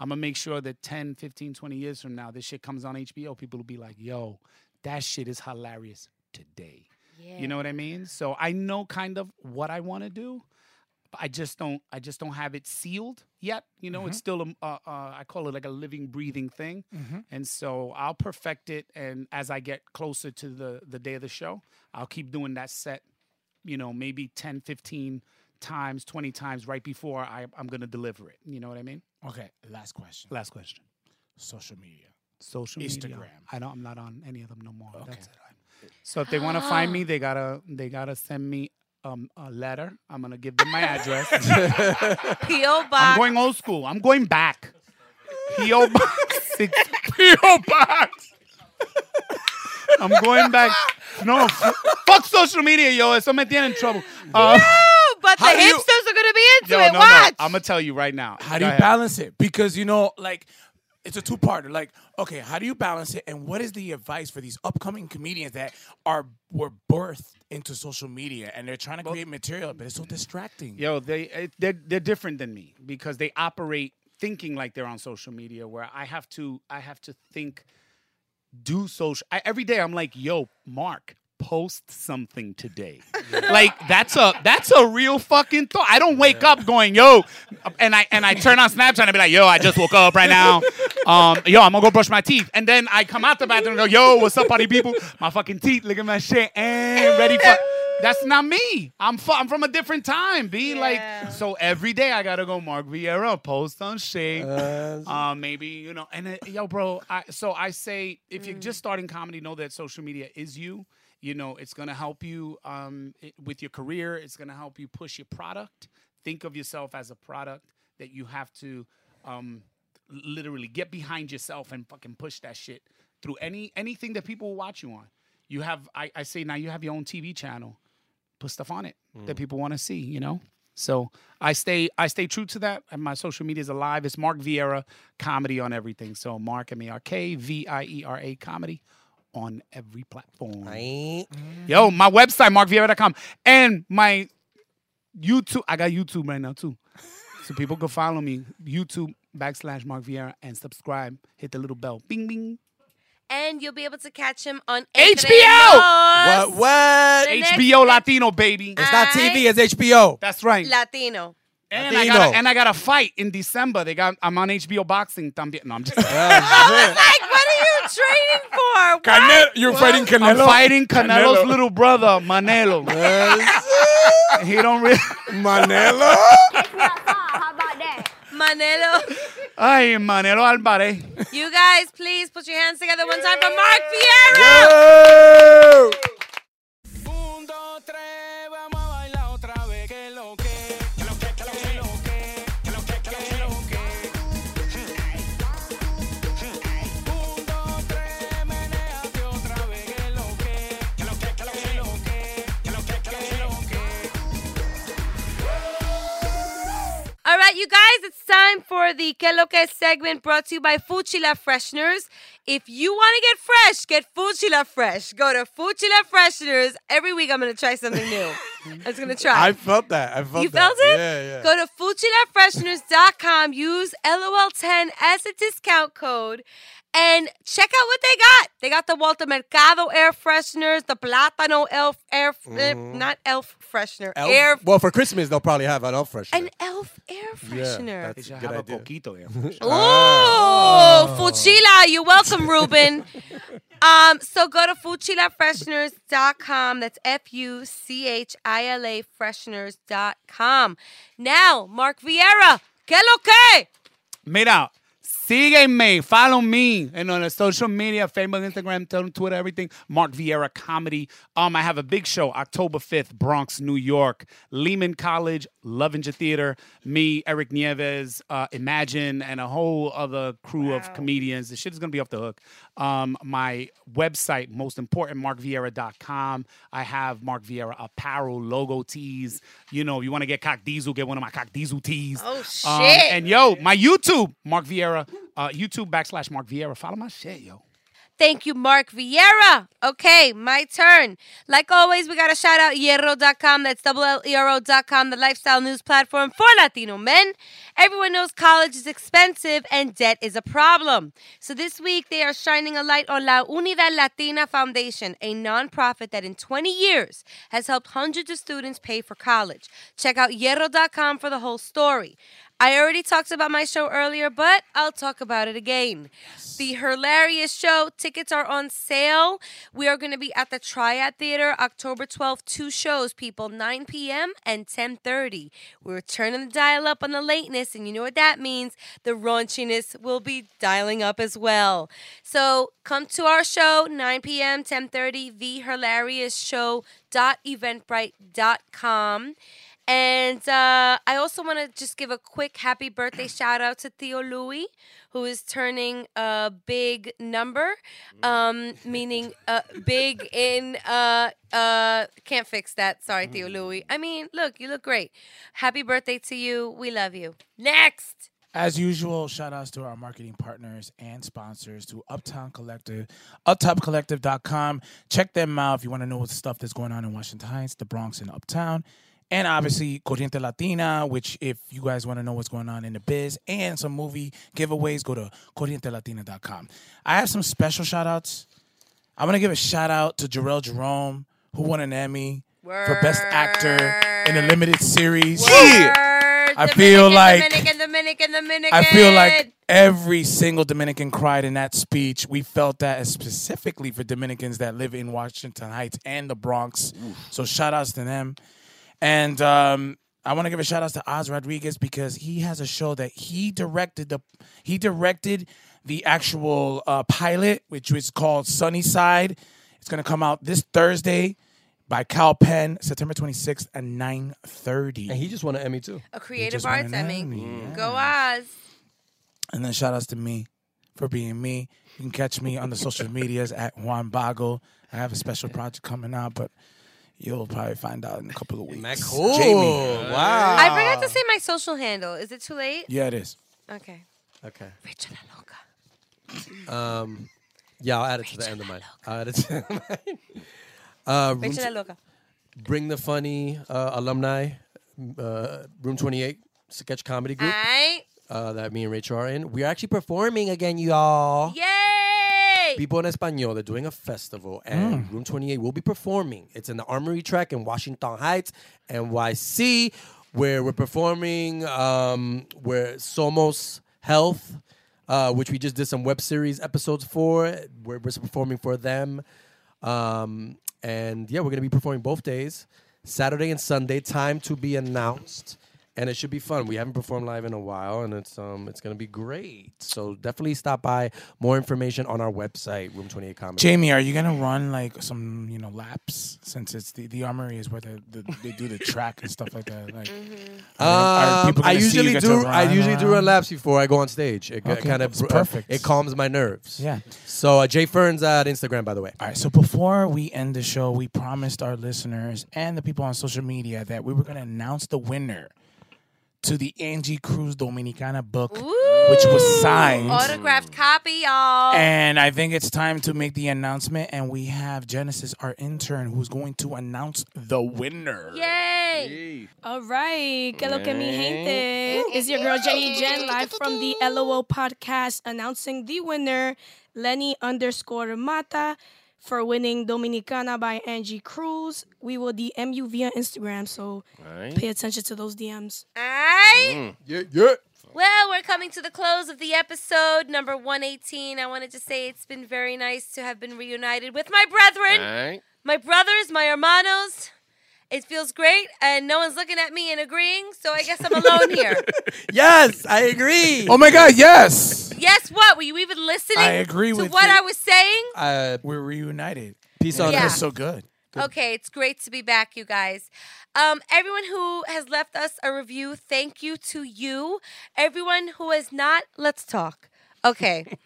I'm gonna make sure that 10, 15, 20 years from now, this shit comes on HBO, people will be like, yo, that shit is hilarious today. You know what I mean? So I know kind of what I want to do. but I just don't. I just don't have it sealed yet. You know, it's
Mhm.
still. A, m- uh, uh, I call it like a living, breathing thing.
Mhm.
And so I'll perfect it. And as I get closer to the the day of the show, I'll keep doing that set. You know, maybe 10, 15 times, twenty times right before I, I'm gonna deliver it. You know what I mean?
Okay, last question.
Last question.
Social media.
Social media.
Instagram.
I don't. I'm not on any of them no more. That's it. I'm- So if they want to find me, they gotta they gotta send me um, a letter. I'm gonna give them my address.
P.O.
I'm
box.
going old school. I'm going back. P.O. box. Six, P.O. box. I'm going back. No, f- fuck social media, yo. Eso me tiene en trouble. Uh,
No, but the
How do you-
hipsters are gonna be into
yo,
it.
no,
Watch.
No. I'm gonna tell you right now.
How
Go
do you
ahead.
balance it? Because you know, like it's a two-parter. Like, okay, how do you balance it, and what is the advice for these upcoming comedians that are were birthed into social media and they're trying to create material, but
Mm-hmm.
it's so distracting?
Yo, they it, they're, they're different than me because they operate thinking like they're on social media. Where I have to I have to think, do social. I, every day I'm like, yo, Mark, post something today. like that's a that's a real fucking thought. I don't wake up going yo, and I and I turn on Snapchat and I be like yo, I just woke up right now. Um, yo, I'm gonna go brush my teeth, and then I come out the bathroom and go yo, what's up, party people? My fucking teeth, look at my shit, and ready for. That's not me. I'm fu- I'm from a different time. Be like so every day I gotta go Mark Vieira post on shit. Uh, maybe you know, and it, yo, bro. I, so I say if you're just starting comedy, know that social media is you you know it's going to help you um, i- with your career it's going to help you push your product think of yourself as a product that you have to um, l- literally get behind yourself and fucking push that shit through any anything that people will watch you on you have i, I say now you have your own tv channel put stuff on it that people want to see you know so i stay i stay true to that and my social media is alive it's mark vieira comedy on everything so mark m-a-r-k v-i-e-r-a E comedy on every platform Yo, my website, markvieira.com, and my YouTube. I got YouTube right now too. So people can follow me, YouTube backslash Mark Vieira, and subscribe. Hit the little bell. Bing, bing.
And you'll be able to catch him on
HBO!
What?
What?
HBO Latino, baby.
Ah.
It's not TV. It's HBO.
That's right.
Latino.
And I, got a, and I got a fight in December. They got I'm on HBO boxing. También. No, I'm just
*laughs* I was like, what are you training for?
*laughs*
What?
Canelo, you're fighting Canelo.
I'm fighting Canelo's
Canelo.
little brother, Manelo. he don't really *laughs*
*laughs*
Manelo.
Manelo.
Ay, Manelo Alvarez.
You guys, please put your hands together one time for Mark Vieira. All right, you guys, it's time for the Que Lo Que segment brought to you by Fuchila Fresheners. If you want to get
*laughs*
fresh, get Fuchila Fresh. Go to Fuchila Fresheners. Every week I'm going to try something new. I was gonna try.
I felt that. I felt
you
that.
felt it?
Yeah, yeah.
Go to FuchinatFresheners.com, use LOL10 as a discount code, and check out what they got. They got the Walter Mercado air fresheners, the Plátano elf air, eh, not elf freshener,
Mm-hmm. Elf?
air
Well, for Christmas they'll probably have an elf fresh.
an elf air freshener.
that's a good idea.
Ooh, Fuchila, you're welcome, Ruben. um, so go to FuchilaFresheners.com. That's F U C H I L A Fresheners.com. Now, Mark Vieira, que lo que?
Mira, sígueme, follow me, and on the social media, Facebook, Instagram, Tel- Twitter, everything. Mark Vieira Comedy. Um, I have a big show October fifth, Bronx, New York, Lehman College, Love Inja Theater. Me, Eric Nieves, uh, Imagine, and a whole other crew of comedians. The shit is gonna be off the hook. Um, my website, most important, markvieira.com. I have Mark Vieira apparel, logo tees. You know, if you want to get cock diesel, get one of my cock diesel tees.
Oh
Um,
shit.
and yo, my YouTube, Mark Vieira, uh, YouTube backslash Mark Vieira. Follow my shit, yo.
Thank you, Mark Vieira. Okay, my turn. Like always, we got to shout out hierro.com. That's double E L-E-R-O.com, the lifestyle news platform for Latino men. Everyone knows college is expensive and debt is a problem. So this week, they are shining a light on La Unidad Latina Foundation, a nonprofit that in 20 years has helped hundreds of students pay for college. Check out hierro.com for the whole story. I already talked about my show earlier, but I'll talk about it again. The Hilarious Show tickets are on sale. We are going to be at the Triad Theater October 12th. Two shows, people, 9 p.m. and 10:30. We're turning the dial up on the lateness, and you know what that means. The raunchiness will be dialing up as well. So come to our show, 9 p.m., 10:30. The Hilarious Show eventbrite.com and uh, I also want to just give a quick happy
*clears throat*
birthday shout out to Theo Louis, who is turning a big number,
Mm.
um,
*laughs*
meaning uh, big in. Uh, uh, can't fix that. Sorry,
Mm.
Theo Louis. I mean, look, you look great. Happy birthday to you. We love you. Next.
As usual, shout outs to our marketing partners and sponsors to Uptown Collective, uptopcollective.com. Check them out if you want to know what stuff that's going on in Washington Heights, the Bronx, and Uptown. And obviously, Corriente Latina, which if you guys want to know what's going on in the biz and some movie giveaways, go to corrientelatina.com. I have some special shout outs. I'm going to give a shout out to Jarrell Jerome, who won an Emmy for Best Actor in a Limited Series. I feel like.
Dominican, Dominican, Dominican.
I feel like every single Dominican cried in that speech. We felt that as specifically for Dominicans that live in Washington Heights and the Bronx. So shout outs to them. And um, I want to give a shout out to Oz Rodriguez because he has a show that he directed the he directed the actual uh, pilot, which was called Sunnyside. It's gonna come out this Thursday by Cal Penn, September 26th at 9:30. And
he just won an Emmy too.
a creative
just won
arts
an
Emmy.
Emmy,
Go Oz.
And then shout outs to me for being me. You can catch me on the social medias at Juan Bago. I have a special project coming out, but you'll probably find out in a couple of weeks.
cool.
Jamie.
Wow.
I forgot to say my social handle. Is it too late?
Yeah, it is.
Okay.
Okay.
Rachel Alonso.
Um, yeah, I'll add it to the end of mine. I'll add it to the end of mine. Uh, room
Rachel
t-
Aloca.
Bring the Funny uh, alumni, uh, Room 28, sketch comedy group
Aight.
uh, that me and Rachel are in. We're actually performing again, y'all.
Yay!
People in Espanol, they're doing a festival, and Room 28 will be performing. It's in the Armory Track in Washington Heights, NYC, where we're performing um, where Somos Health, uh, which we just did some web series episodes for. We're, we're performing for them. Um, and yeah, we're going to be performing both days, Saturday and Sunday, time to be announced. And it should be fun. We haven't performed live in a while, and it's um it's gonna be great. So definitely stop by. More information on our website, Room Twenty Eight Comedy.
Jamie, are you gonna run like some you know laps since it's the, the armory is where the, the they do the track and stuff like that? Like, are- are
Um,
people gonna see
I
you
usually
get to
do. I
run
usually do
around?
a laps before I go on stage. It
Okay,
kind
that's
of
perfect.
It calms my nerves.
Yeah.
So uh, Jay Ferns at Instagram, by the way.
All right, so before we end the show, we promised our listeners and the people on social media that we were going to announce the winner to the Angie Cruz Dominicana book which was signed.
Autographed copy, y'all.
And I think it's time to make the announcement. And we have Genesis, our intern, who's going to announce the winner.
Yay! All right, que lo que mi gente. It's your girl Jenny Jen live from the LOL podcast announcing the winner, Lenny underscore Mata, for winning Dominicana by Angie Cruz. We will DM you via Instagram, so pay attention to those DMs.
Aight.
Yeah,
yeah.
Well, we're coming to the close of the episode, number 118. I wanted to say it's been very nice to have been reunited with my brethren, my brothers, my hermanos. It feels great, and no one's looking at me and agreeing, so I guess I'm alone
*laughs*
here.
Yes, I *laughs* agree.
Oh my God, yes.
Yes, what? Were you even listening
I agree
to
with
what
you.
I was saying?
Uh,
We're reunited.
Peace
And
on
it
earth.
was so good.
Okay, it's great to be back, you guys. Um, everyone who has left us a review, thank you to you. Everyone who has not, let's talk.
*laughs*
Okay.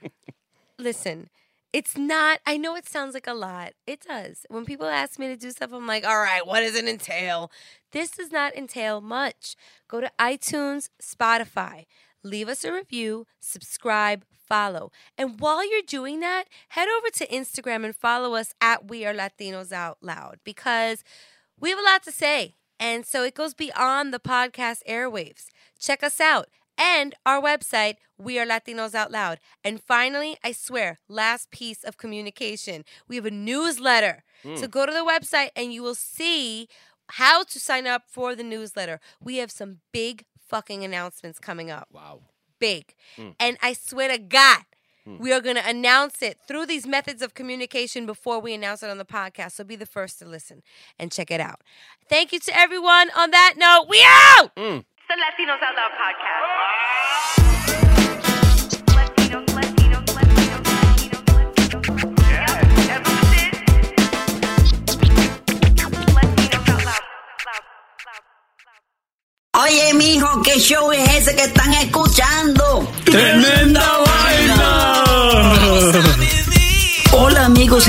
Listen, it's not, I know it sounds like a lot. It does. When people ask me to do stuff, I'm like, all right, what does it entail? This does not entail much. Go to iTunes, Spotify, leave us a review, subscribe, follow. And while you're doing that, head over to Instagram and follow us at We Are Latinos Out Loud because we have a lot to say. And so it goes beyond the podcast airwaves. Check us out and our website, We Are Latinos Out Loud. And finally, I swear, last piece of communication we have a newsletter.
Mm.
So go to the website and you will see how to sign up for the newsletter. We have some big fucking announcements coming up. Wow. Big.
Mm.
And I swear to God,
Mm.
we are going to announce it through these methods of communication before we announce it on the podcast. So be the first to listen and check it out. Thank you to everyone. On that note, we out.
It's the Latinos Out Loud podcast.
Oye, mijo, ¿qué show es ese que están escuchando?
¡Tremenda
vaina!
Hola amigos